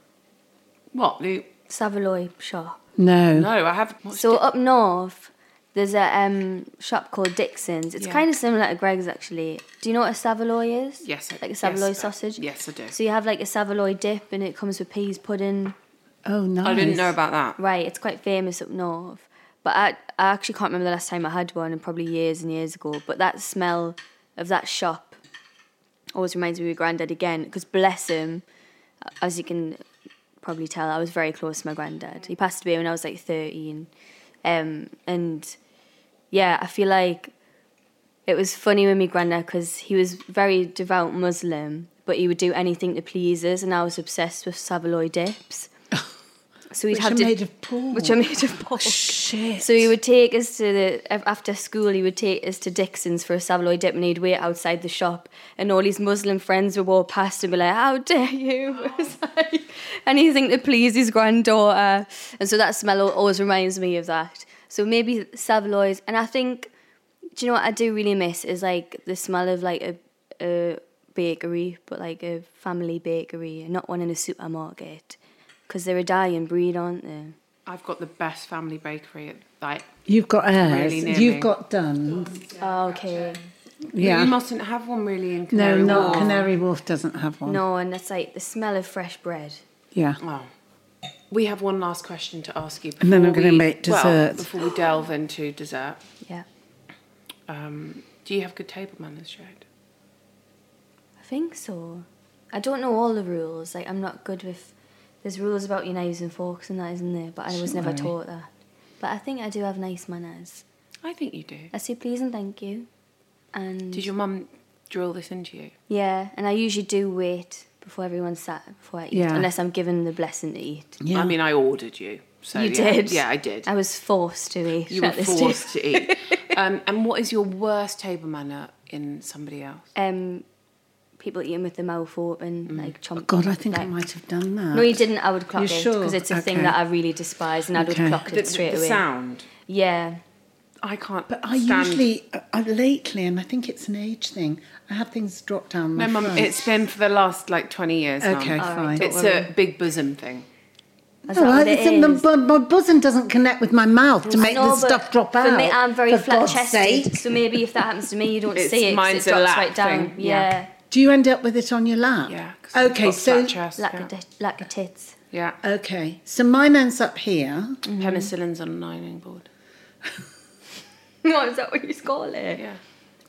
[SPEAKER 3] What, Luke?
[SPEAKER 4] Savoy shop.
[SPEAKER 2] No.
[SPEAKER 3] No, I have. What's
[SPEAKER 4] So
[SPEAKER 3] di-
[SPEAKER 2] uh,
[SPEAKER 4] up north, there's a um, shop called Dixon's. It's
[SPEAKER 3] Yeah.
[SPEAKER 4] kind of similar to Greg's actually. Do you know what a Savoy is?
[SPEAKER 3] yes, I-
[SPEAKER 4] Like a
[SPEAKER 3] yes,
[SPEAKER 4] Savoy
[SPEAKER 3] I-
[SPEAKER 4] sausage.
[SPEAKER 3] Yes, I do.
[SPEAKER 4] So you have like a Savoy dip, and it comes with peas pudding.
[SPEAKER 2] Oh, nice.
[SPEAKER 3] I didn't know about that.
[SPEAKER 4] Right, it's quite famous up north. But I, I actually can't remember the last time I had one, and probably years and years ago. But that smell of that shop always reminds me of my granddad again, because bless him, uh, as you can probably tell, I was very close to my granddad. He passed away when I was like 13. Um, and yeah, I feel like it was funny with my granddad because he was very devout Muslim, but he would do anything to please us, and I was obsessed with Savoy dips. So we'd
[SPEAKER 2] Which
[SPEAKER 4] have
[SPEAKER 2] are
[SPEAKER 4] di-
[SPEAKER 2] made of pork.
[SPEAKER 4] which are made of pork.
[SPEAKER 2] Shit.
[SPEAKER 4] So he would take us to the af- after school. He would take us to Dixon's for a Savoy dip, and he'd wait outside the shop. And all his Muslim friends would walk past and be like, "How dare you!" It was like anything to please his granddaughter. And so that smell al- always reminds me of that. So maybe Savoy's, and I think, do you know what I do really miss is like the smell of like a, a bakery, but like a family bakery, and not one in a supermarket, because they're a dying breed, aren't they?
[SPEAKER 3] I've got the best family bakery. At, like,
[SPEAKER 2] You've got airs.
[SPEAKER 3] Really near
[SPEAKER 2] You've
[SPEAKER 3] me.
[SPEAKER 2] got done.
[SPEAKER 4] Oh, okay.
[SPEAKER 3] you
[SPEAKER 2] Yeah.
[SPEAKER 3] mustn't have one really in
[SPEAKER 2] No,
[SPEAKER 3] Canary
[SPEAKER 2] not
[SPEAKER 3] Wharf.
[SPEAKER 2] Canary Wharf doesn't have one.
[SPEAKER 4] No, and that's like the smell of fresh bread.
[SPEAKER 2] Yeah.
[SPEAKER 3] Oh. We have one last question to ask you.
[SPEAKER 2] And then I'm
[SPEAKER 3] before
[SPEAKER 2] gonna
[SPEAKER 3] we-
[SPEAKER 2] make
[SPEAKER 3] well,
[SPEAKER 2] dessert.
[SPEAKER 3] before we delve into dessert,
[SPEAKER 4] Yeah,
[SPEAKER 3] um, do you have good table manners, Jade?
[SPEAKER 4] I think so. I don't know all the rules. Like, I'm not good with. There's rules about your knives and forks and that, isn't there? But I was
[SPEAKER 2] Don't
[SPEAKER 4] never
[SPEAKER 2] worry.
[SPEAKER 4] taught that. But I think I do have nice manners.
[SPEAKER 3] I think you do.
[SPEAKER 4] I say please and thank you. And
[SPEAKER 3] Did your mum drill this into you?
[SPEAKER 4] yeah, and I usually do wait before everyone's sat before I eat,
[SPEAKER 2] Yeah.
[SPEAKER 4] unless I'm given the blessing to eat.
[SPEAKER 2] Yeah.
[SPEAKER 3] I mean, I ordered you. So
[SPEAKER 4] You
[SPEAKER 3] Uh, yeah.
[SPEAKER 4] did?
[SPEAKER 3] Yeah, I did.
[SPEAKER 4] I was forced to eat.
[SPEAKER 3] you were
[SPEAKER 4] at this table.
[SPEAKER 3] forced to eat. Um, and what is your worst table manner in somebody else?
[SPEAKER 4] Um, people eating with their mouth open, like chomping.
[SPEAKER 2] Oh, God, I think I
[SPEAKER 4] like-
[SPEAKER 2] might have done that.
[SPEAKER 4] No, you didn't. I would clock
[SPEAKER 2] You
[SPEAKER 4] it
[SPEAKER 2] sure?
[SPEAKER 4] because it's a thing
[SPEAKER 2] Okay.
[SPEAKER 4] that I really despise, and I would
[SPEAKER 2] Okay.
[SPEAKER 4] have clocked it
[SPEAKER 3] The,
[SPEAKER 4] straight
[SPEAKER 3] the
[SPEAKER 4] away.
[SPEAKER 3] sound.
[SPEAKER 4] Yeah,
[SPEAKER 3] I can't.
[SPEAKER 2] But I
[SPEAKER 3] stand-
[SPEAKER 2] usually, I- I, lately, and I think it's an age thing, I have things dropped down my
[SPEAKER 3] No, mum.
[SPEAKER 2] front.
[SPEAKER 3] It's been for the last like twenty years. Mum.
[SPEAKER 2] Okay, All right, fine.
[SPEAKER 3] It's
[SPEAKER 4] don't worry.
[SPEAKER 3] a big bosom thing.
[SPEAKER 4] that's
[SPEAKER 2] No,
[SPEAKER 4] not
[SPEAKER 2] I-
[SPEAKER 4] what it
[SPEAKER 2] it's in the,
[SPEAKER 4] is.
[SPEAKER 2] bu- my bosom doesn't connect with my mouth to make
[SPEAKER 4] No,
[SPEAKER 2] the
[SPEAKER 4] but
[SPEAKER 2] stuff drop
[SPEAKER 4] for
[SPEAKER 2] out.
[SPEAKER 4] me, I'm very
[SPEAKER 2] for God's
[SPEAKER 4] flat-chested,
[SPEAKER 2] sake.
[SPEAKER 4] so maybe if that happens to me, you don't
[SPEAKER 3] It's-
[SPEAKER 4] see it. 'cause
[SPEAKER 3] mine's
[SPEAKER 4] it
[SPEAKER 3] a
[SPEAKER 4] drops
[SPEAKER 3] lap
[SPEAKER 4] right down.
[SPEAKER 3] thing, yeah.
[SPEAKER 4] Yeah,
[SPEAKER 2] Do you end up with it on your lap?
[SPEAKER 3] Yeah. 'cause I've
[SPEAKER 2] Okay,
[SPEAKER 3] got
[SPEAKER 2] so
[SPEAKER 3] flat chest,
[SPEAKER 4] lack
[SPEAKER 3] yeah.
[SPEAKER 4] of di- lack of tits.
[SPEAKER 3] yeah.
[SPEAKER 2] okay, so mine ends up here.
[SPEAKER 3] Penicillin's on an ironing board.
[SPEAKER 4] No, is that what you call it?
[SPEAKER 3] Yeah.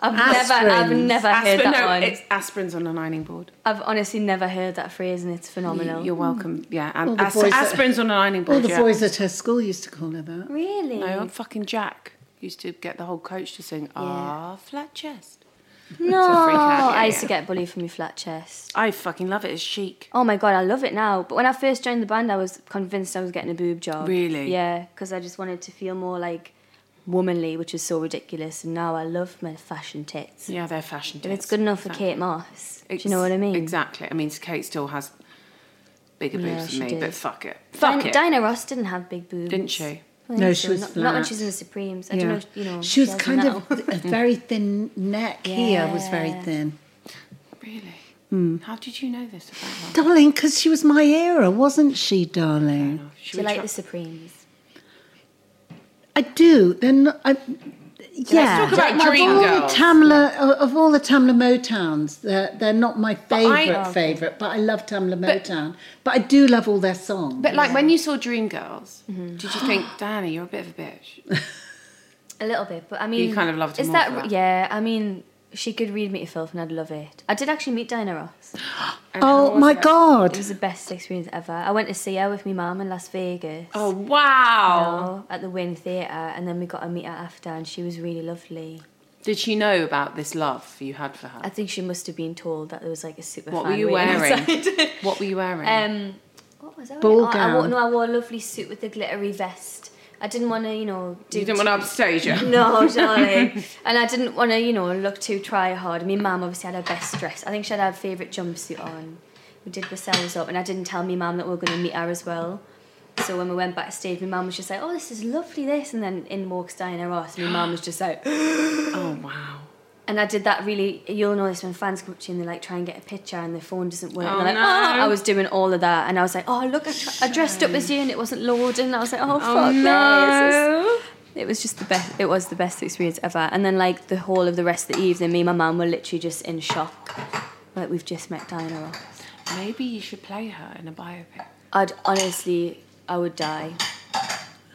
[SPEAKER 4] I've never, I've
[SPEAKER 2] Aspirins.
[SPEAKER 4] never heard
[SPEAKER 3] Aspirin,
[SPEAKER 4] that
[SPEAKER 3] no,
[SPEAKER 4] one.
[SPEAKER 3] it's aspirin's on an ironing board.
[SPEAKER 4] I've honestly never heard that phrase, and it's phenomenal. Mm.
[SPEAKER 3] You're welcome. Yeah, and
[SPEAKER 2] the
[SPEAKER 3] as-
[SPEAKER 2] boys that-
[SPEAKER 3] aspirin's on an ironing board.
[SPEAKER 2] All the
[SPEAKER 3] yeah.
[SPEAKER 2] boys at her school used to call her that.
[SPEAKER 4] really?
[SPEAKER 3] No, fucking Jack used to get the whole coach to sing. Ah, flat chest.
[SPEAKER 4] No,
[SPEAKER 3] freak out, yeah,
[SPEAKER 4] I used
[SPEAKER 3] yeah.
[SPEAKER 4] to get bullied for my flat chest.
[SPEAKER 3] I fucking love it. It's chic.
[SPEAKER 4] Oh my god, I love it now. But when I first joined the band, I was convinced I was getting a boob job.
[SPEAKER 3] Really?
[SPEAKER 4] Yeah, because I just wanted to feel more like womanly, which is so ridiculous. And now I love my fashion tits.
[SPEAKER 3] Yeah, they're fashion.
[SPEAKER 4] If it's good enough for Kate Moss, do you know what I mean?
[SPEAKER 3] Exactly. I mean, Kate still has bigger boobs
[SPEAKER 4] Yeah,
[SPEAKER 3] than
[SPEAKER 4] she
[SPEAKER 3] me,
[SPEAKER 4] did.
[SPEAKER 3] but fuck it. Fuck
[SPEAKER 4] Dina,
[SPEAKER 3] it.
[SPEAKER 4] Diana Ross didn't have big boobs,
[SPEAKER 3] Didn't she?
[SPEAKER 4] I don't
[SPEAKER 2] No,
[SPEAKER 4] think
[SPEAKER 2] she
[SPEAKER 4] so.
[SPEAKER 2] was
[SPEAKER 4] not, not when
[SPEAKER 2] flat.
[SPEAKER 4] she's in the Supremes. I don't know. if- You know,
[SPEAKER 2] she was
[SPEAKER 4] does
[SPEAKER 2] kind
[SPEAKER 4] now.
[SPEAKER 2] of a very thin neck here was very
[SPEAKER 4] Yeah.
[SPEAKER 2] thin.
[SPEAKER 3] Really?
[SPEAKER 4] Hmm.
[SPEAKER 3] How did you know this about her?
[SPEAKER 2] Darling, because she was my era, wasn't she, darling?
[SPEAKER 4] Do you like the Supremes?
[SPEAKER 2] I do. Then I, yeah.
[SPEAKER 3] talk about
[SPEAKER 2] of all
[SPEAKER 3] Dreamgirls.
[SPEAKER 2] the Tamla, of all the Tamla Motowns, they're, they're not my
[SPEAKER 3] I-
[SPEAKER 2] favourite favourite, but I love Tamla Motown. But I do love all their songs.
[SPEAKER 3] But like when you saw Dreamgirls,
[SPEAKER 4] Mm-hmm.
[SPEAKER 3] did you think, Diana, you're a bit of a bitch?
[SPEAKER 4] A little bit, but I mean,
[SPEAKER 3] kind of loved her
[SPEAKER 4] Is
[SPEAKER 3] more
[SPEAKER 4] that,
[SPEAKER 3] for that.
[SPEAKER 4] yeah? I mean, she could read me to filth, and I'd love it. I did actually meet Diana Ross.
[SPEAKER 2] oh my
[SPEAKER 4] It
[SPEAKER 2] God!
[SPEAKER 4] was the best experience ever. I went to see her with my mum in Las Vegas.
[SPEAKER 3] Oh wow!
[SPEAKER 4] know, at the Wynn Theatre, and then we got to meet her after, and she was really lovely.
[SPEAKER 3] Did she know about this love you had for her?
[SPEAKER 4] I think she must have been told that there was like a super.
[SPEAKER 3] What
[SPEAKER 4] fan
[SPEAKER 3] were you
[SPEAKER 4] waiting
[SPEAKER 3] wearing?
[SPEAKER 4] outside.
[SPEAKER 3] What were you wearing?
[SPEAKER 4] um, what was I?
[SPEAKER 2] Ball
[SPEAKER 4] wearing? Oh, I wore,
[SPEAKER 2] gown.
[SPEAKER 4] no, I wore a lovely suit with a glittery vest. I didn't want to, you know, do.
[SPEAKER 3] you didn't want to upstage her.
[SPEAKER 4] no, darling. and I didn't want to, you know, look too try hard. My mum obviously had her best dress. I think she had her favourite jumpsuit on. We did ourselves up, and I didn't tell my mum that we were going to meet her as well. So when we went backstage, my mum was just like, "Oh, this is lovely, this," and then in walks Diana Ross, and my mum was just like.
[SPEAKER 3] Oh wow!
[SPEAKER 4] And I did that really. You'll know this when fans come up to you and they like try and get a picture and their phone doesn't work.
[SPEAKER 3] Oh,
[SPEAKER 4] and they're like,
[SPEAKER 3] no.
[SPEAKER 4] oh, I was doing all of that, and I was like, oh look, I, tr- I dressed up as you, and it wasn't Lorden. I was like, oh, fuck this. It was just the best. It was the best experience ever. And then like the whole of the rest of the evening, me and my mum were literally just in shock. Like we've just met Diana Ross.
[SPEAKER 3] Maybe you should play her in a biopic.
[SPEAKER 4] I'd honestly, I would die.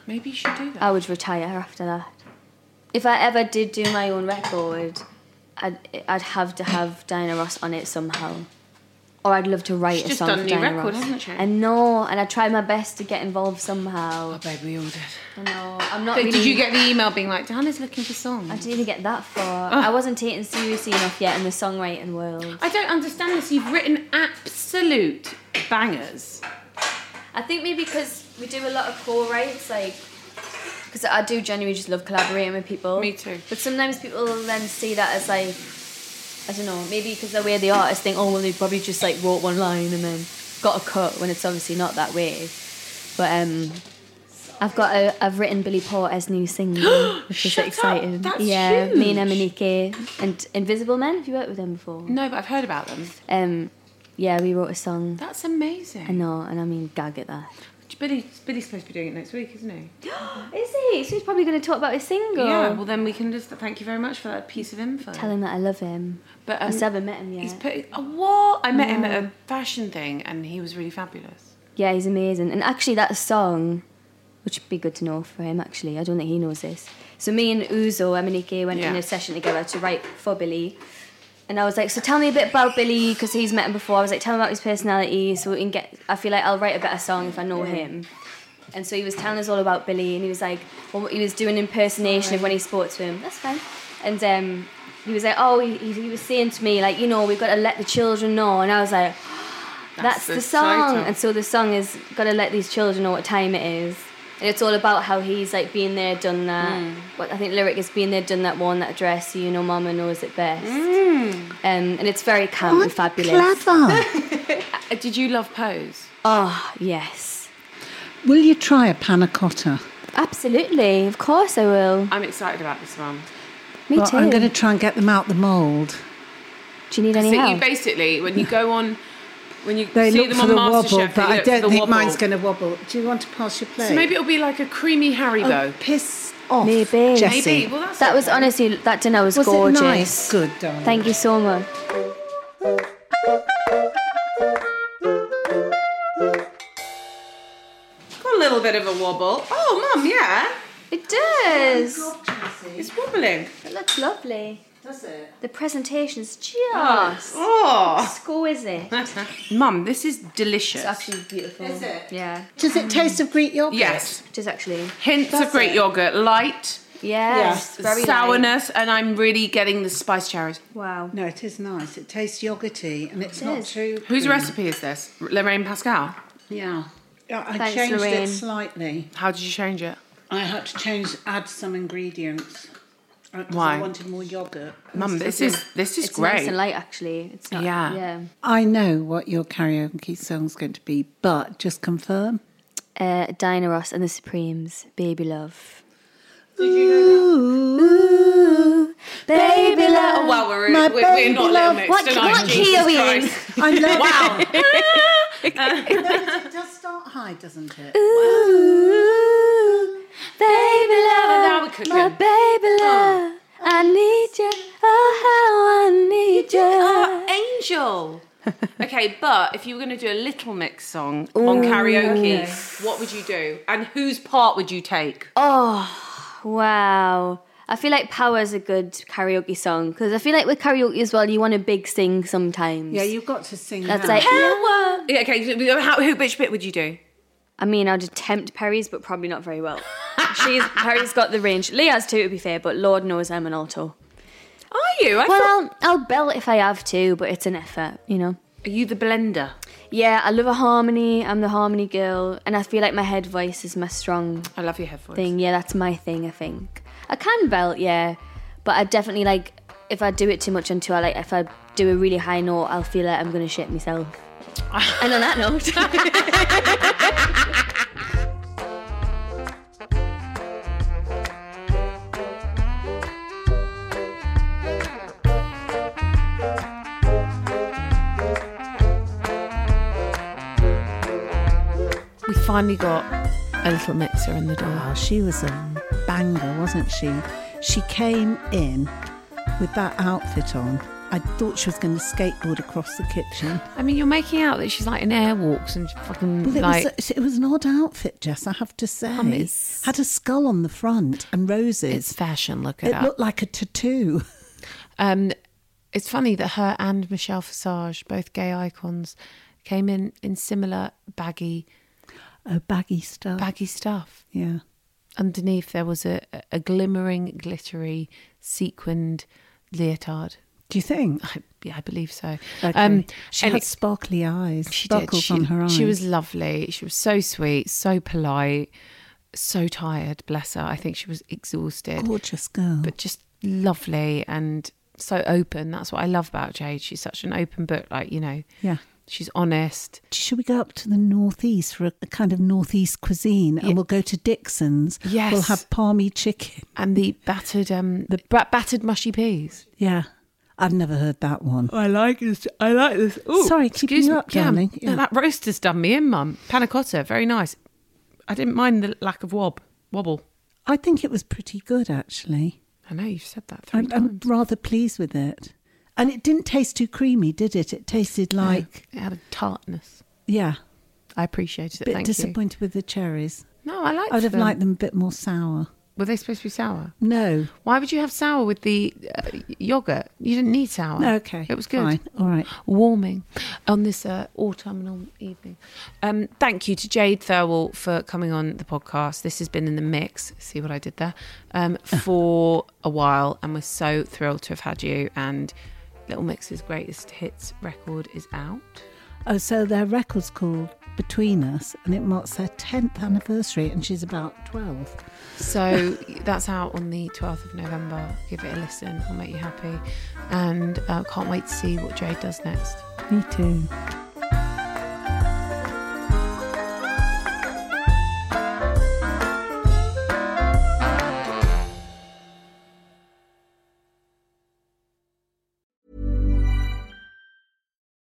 [SPEAKER 3] Maybe you should do that.
[SPEAKER 4] I would retire after that. If I ever did do my own record, I'd, I'd have to have Diana Ross on it somehow. Or I'd love to write
[SPEAKER 3] She's
[SPEAKER 4] a
[SPEAKER 3] just
[SPEAKER 4] song
[SPEAKER 3] done
[SPEAKER 4] for
[SPEAKER 3] a new
[SPEAKER 4] Diana
[SPEAKER 3] record,
[SPEAKER 4] Ross.
[SPEAKER 3] hasn't she?
[SPEAKER 4] I know, and I tried my best to get involved somehow.
[SPEAKER 3] Oh, babe, we all did.
[SPEAKER 4] I know, I'm not
[SPEAKER 3] But
[SPEAKER 4] really.
[SPEAKER 3] did you get the email being like, Diana's looking for songs?
[SPEAKER 4] I didn't even get that far.
[SPEAKER 3] Ah.
[SPEAKER 4] I wasn't taken seriously enough yet in the songwriting world.
[SPEAKER 3] I don't understand this. You've written absolute bangers.
[SPEAKER 4] I think maybe because we do a lot of co-writes, like because I do genuinely just love collaborating with people.
[SPEAKER 3] Me too.
[SPEAKER 4] But sometimes people then see that as like I don't know, maybe because they're where the artists think, oh well, they probably just like wrote one line and then got a cut when it's obviously not that way. But um, I've got a, I've written Billy Porter's new single, which is
[SPEAKER 3] Shut up,
[SPEAKER 4] exciting.
[SPEAKER 3] that's
[SPEAKER 4] yeah, me and
[SPEAKER 3] huge.
[SPEAKER 4] Emanike and Invisible Men. Have you worked with them before?
[SPEAKER 3] No, but I've heard about them.
[SPEAKER 4] Um, yeah, we wrote a song.
[SPEAKER 3] That's
[SPEAKER 4] I
[SPEAKER 3] amazing.
[SPEAKER 4] know, and I mean gag at that.
[SPEAKER 3] Billy, Billy's supposed to be doing it next week, isn't he?
[SPEAKER 4] Is he? So he's probably going to talk about his single.
[SPEAKER 3] Yeah. Well, then we can just thank you very much for that piece of info.
[SPEAKER 4] Tell him that I love him.
[SPEAKER 3] But um,
[SPEAKER 4] I still haven't met him yet.
[SPEAKER 3] He's put a what? I met him at a fashion thing, and he was really fabulous.
[SPEAKER 4] yeah, he's amazing. And actually, that song, which would be good to know for him, actually, I don't think he knows this. So me and Uzo Emanike went in
[SPEAKER 3] Yeah.
[SPEAKER 4] a session together to write for Billy. And I was like, so tell me a bit about Billy, because he's met him before. I was like, tell me about his personality, so we can get. I feel like I'll write a better song if I know him. And so he was telling us all about Billy, and he was like, well, he was doing an impersonation of when he spoke to him. That's fine. And um, he was like, oh, he, he he was saying to me, like, you know, we've got to let the children know. And I was like, that's,
[SPEAKER 3] That's
[SPEAKER 4] the,
[SPEAKER 3] the
[SPEAKER 4] song.
[SPEAKER 3] title.
[SPEAKER 4] And so the song is got to let these children know what time it is. And it's all about how he's like been there, done that. What I think the lyric is been there, done that, worn that dress, so you know mama knows it best. Um, and it's very camp and fabulous.
[SPEAKER 2] Clever.
[SPEAKER 3] Uh, did you love Pose?
[SPEAKER 4] Oh, yes.
[SPEAKER 2] Will you try a panna cotta?
[SPEAKER 4] Absolutely. Of course I will.
[SPEAKER 3] I'm excited about this one.
[SPEAKER 4] Me
[SPEAKER 2] Well,
[SPEAKER 4] too.
[SPEAKER 2] I'm going to try and get them out the mould.
[SPEAKER 4] Do you need any
[SPEAKER 3] So you
[SPEAKER 4] help?
[SPEAKER 3] basically, when you go on, when you
[SPEAKER 2] They
[SPEAKER 3] see
[SPEAKER 2] look
[SPEAKER 3] them
[SPEAKER 2] for
[SPEAKER 3] on
[SPEAKER 2] the
[SPEAKER 3] MasterChef,
[SPEAKER 2] wobble,
[SPEAKER 3] they
[SPEAKER 2] but I
[SPEAKER 3] look for
[SPEAKER 2] don't
[SPEAKER 3] the
[SPEAKER 2] think
[SPEAKER 3] wobble.
[SPEAKER 2] mine's going to wobble. Do you want to pass your plate?
[SPEAKER 3] So maybe it'll be like a creamy Haribo.
[SPEAKER 2] oh, piss off,
[SPEAKER 4] Maybe.
[SPEAKER 2] Jessie.
[SPEAKER 3] Maybe. Well, that's
[SPEAKER 4] that was
[SPEAKER 3] okay.
[SPEAKER 4] honestly, that dinner was,
[SPEAKER 2] Was
[SPEAKER 4] gorgeous.
[SPEAKER 2] it nice? Good, darling.
[SPEAKER 4] Thank you so much.
[SPEAKER 3] Got a little bit of a wobble. Oh, mum, yeah,
[SPEAKER 4] It does.
[SPEAKER 3] it's wobbling.
[SPEAKER 4] It looks lovely.
[SPEAKER 2] Does it?
[SPEAKER 4] The presentation's
[SPEAKER 1] Ah.
[SPEAKER 4] just
[SPEAKER 3] Oh,
[SPEAKER 4] exquisite.
[SPEAKER 3] mum, this is delicious.
[SPEAKER 4] It's actually beautiful.
[SPEAKER 2] Is it?
[SPEAKER 4] Yeah.
[SPEAKER 2] Does it taste of Greek yogurt?
[SPEAKER 3] yes,
[SPEAKER 4] It is actually.
[SPEAKER 3] hints of Greek yogurt, light,
[SPEAKER 4] Yes,
[SPEAKER 2] Yeah.
[SPEAKER 4] very light.
[SPEAKER 1] sourness, and I'm really getting the spice cherries.
[SPEAKER 4] Wow.
[SPEAKER 2] No, it is nice. It tastes yogurty and it's
[SPEAKER 4] It
[SPEAKER 2] not
[SPEAKER 4] is.
[SPEAKER 2] too.
[SPEAKER 1] Whose recipe is this? Lorraine Pascal.
[SPEAKER 2] Yeah. Yeah, I
[SPEAKER 4] Thanks,
[SPEAKER 2] changed
[SPEAKER 4] Lorraine.
[SPEAKER 2] it slightly.
[SPEAKER 1] How did you change it?
[SPEAKER 2] I had to change, add some ingredients. uh, 'cause
[SPEAKER 1] Why?
[SPEAKER 2] I wanted more yogurt.
[SPEAKER 1] Mum, this is this is
[SPEAKER 4] It's
[SPEAKER 1] great.
[SPEAKER 4] nice and light, actually. It's not.
[SPEAKER 1] Yeah.
[SPEAKER 4] Yeah.
[SPEAKER 2] I know what your karaoke song's going to be, but just confirm.
[SPEAKER 4] Uh, Diana Ross and the Supremes, Baby Love.
[SPEAKER 2] Ooh,
[SPEAKER 4] Baby love.
[SPEAKER 1] well, Oh, we're,
[SPEAKER 2] My
[SPEAKER 1] we're, we're
[SPEAKER 2] baby
[SPEAKER 1] not little
[SPEAKER 2] love.
[SPEAKER 1] mix
[SPEAKER 4] What-
[SPEAKER 1] tonight.
[SPEAKER 4] what key
[SPEAKER 1] Jesus
[SPEAKER 4] are we in?
[SPEAKER 1] Christ.
[SPEAKER 2] I love
[SPEAKER 1] Wow.
[SPEAKER 2] it. It does start high, doesn't it?
[SPEAKER 4] Ooh, baby
[SPEAKER 1] now we're
[SPEAKER 4] love,
[SPEAKER 1] cooking.
[SPEAKER 4] my baby love. I need you, oh how I need
[SPEAKER 1] Oh,
[SPEAKER 4] you.
[SPEAKER 1] Angel. okay, but if you were going to do a Little Mix song on karaoke, what would you do? And whose part would you take?
[SPEAKER 4] Oh, wow. I feel like Power's a good karaoke song because I feel like with karaoke as well, you want a big sing sometimes.
[SPEAKER 2] Yeah, you've got to sing
[SPEAKER 4] That's
[SPEAKER 2] that.
[SPEAKER 4] like,
[SPEAKER 1] Power. Yeah, okay, so how, who, which bit would you do?
[SPEAKER 4] I mean, I'd attempt Perry's, but probably not very well. She's Perry's got the range. Lee has too, to be fair, but Lord knows I'm an alto.
[SPEAKER 1] Are you? I
[SPEAKER 4] Well, I'll, I'll belt if I have to, but it's an effort, you know.
[SPEAKER 1] thought, are you the blender?
[SPEAKER 4] Yeah, I love a harmony. I'm the harmony girl, and I feel like my head voice is my strong
[SPEAKER 1] I love your head voice.
[SPEAKER 4] thing. Yeah, that's my thing. I think I can belt, yeah, but I definitely like if I do it too much until I like if I do a really high note, I'll feel like I'm gonna shit myself. and on that note,
[SPEAKER 3] We finally got a little mixer in the door.
[SPEAKER 2] Oh, she was a banger, wasn't she? She came in with that outfit on. I thought she was going to skateboard across the kitchen.
[SPEAKER 3] I mean, you're making out that she's like in airwalks and fucking
[SPEAKER 2] Well, it,
[SPEAKER 3] Mm, like.
[SPEAKER 2] was, it was an odd outfit, Jess, I have to say.
[SPEAKER 3] Um, it's-
[SPEAKER 2] Had a skull on the front and
[SPEAKER 3] it's
[SPEAKER 2] roses.
[SPEAKER 3] fashion. Look it,
[SPEAKER 2] It
[SPEAKER 3] up.
[SPEAKER 2] looked like a tattoo.
[SPEAKER 3] Um, it's funny that her and Michelle Visage, both gay icons, came in in similar baggy,
[SPEAKER 2] Oh, baggy stuff.
[SPEAKER 3] baggy stuff.
[SPEAKER 2] yeah.
[SPEAKER 3] Underneath there was a, a glimmering, glittery, sequined leotard.
[SPEAKER 2] Do you think?
[SPEAKER 3] I, yeah, I believe so.
[SPEAKER 2] Okay.
[SPEAKER 3] Um,
[SPEAKER 2] she
[SPEAKER 3] and
[SPEAKER 2] had sparkly eyes,
[SPEAKER 3] she did.
[SPEAKER 2] sparkles
[SPEAKER 3] She-
[SPEAKER 2] on her eyes.
[SPEAKER 3] She was lovely. She was so sweet, so polite, so tired. Bless her. I think she was exhausted.
[SPEAKER 2] gorgeous girl.
[SPEAKER 3] but just lovely and so open. That's what I love about Jade. She's such an open book, like, you know,
[SPEAKER 2] Yeah.
[SPEAKER 3] she's honest.
[SPEAKER 2] Should we go up to the northeast for a, a kind of northeast cuisine, and we'll go to Dixon's?
[SPEAKER 3] Yes.
[SPEAKER 2] we'll have palmy chicken.
[SPEAKER 3] And the battered, um, the ba- battered mushy peas.
[SPEAKER 2] Yeah, I've never heard that one.
[SPEAKER 3] I like this. I like this.
[SPEAKER 2] Ooh, Sorry, keeping
[SPEAKER 3] excuse
[SPEAKER 2] you
[SPEAKER 3] me.
[SPEAKER 2] up,
[SPEAKER 3] Yeah,
[SPEAKER 2] darling.
[SPEAKER 3] yeah,
[SPEAKER 2] Yeah.
[SPEAKER 3] That roast has done me in, mum. Panna cotta, very nice. I didn't mind the lack of wob, wobble.
[SPEAKER 2] I think it was pretty good, actually.
[SPEAKER 3] I know you've said that 3
[SPEAKER 2] I'm,
[SPEAKER 3] times.
[SPEAKER 2] I'm rather pleased with it, and it didn't taste too creamy, did it? It tasted like
[SPEAKER 3] It had a tartness.
[SPEAKER 2] yeah,
[SPEAKER 3] I appreciated
[SPEAKER 2] a
[SPEAKER 3] it.
[SPEAKER 2] bit
[SPEAKER 3] Thank
[SPEAKER 2] disappointed with the cherries.
[SPEAKER 3] you. No, I liked
[SPEAKER 2] I'd have
[SPEAKER 3] them.
[SPEAKER 2] liked them a bit more sour.
[SPEAKER 3] Were they supposed to be sour?
[SPEAKER 2] No,
[SPEAKER 3] Why would you have sour with the uh, yogurt? You didn't need sour.
[SPEAKER 2] No, okay,
[SPEAKER 3] It was good.
[SPEAKER 2] fine, all right.
[SPEAKER 3] Warming on this uh, autumnal evening. Um, thank you to Jade Thirlwall for coming on the podcast. This has been in the mix. See what I did there? Um, for a while, and we're so thrilled to have had you. And Little Mix's greatest hits record is out.
[SPEAKER 2] Oh, so their record's called Between Us, and it marks their 10th anniversary, and she's about 12.
[SPEAKER 3] So that's out on the 12th of November. Give it a listen. It'll make you happy. And uh, can't wait to see what Jade does next.
[SPEAKER 2] Me too.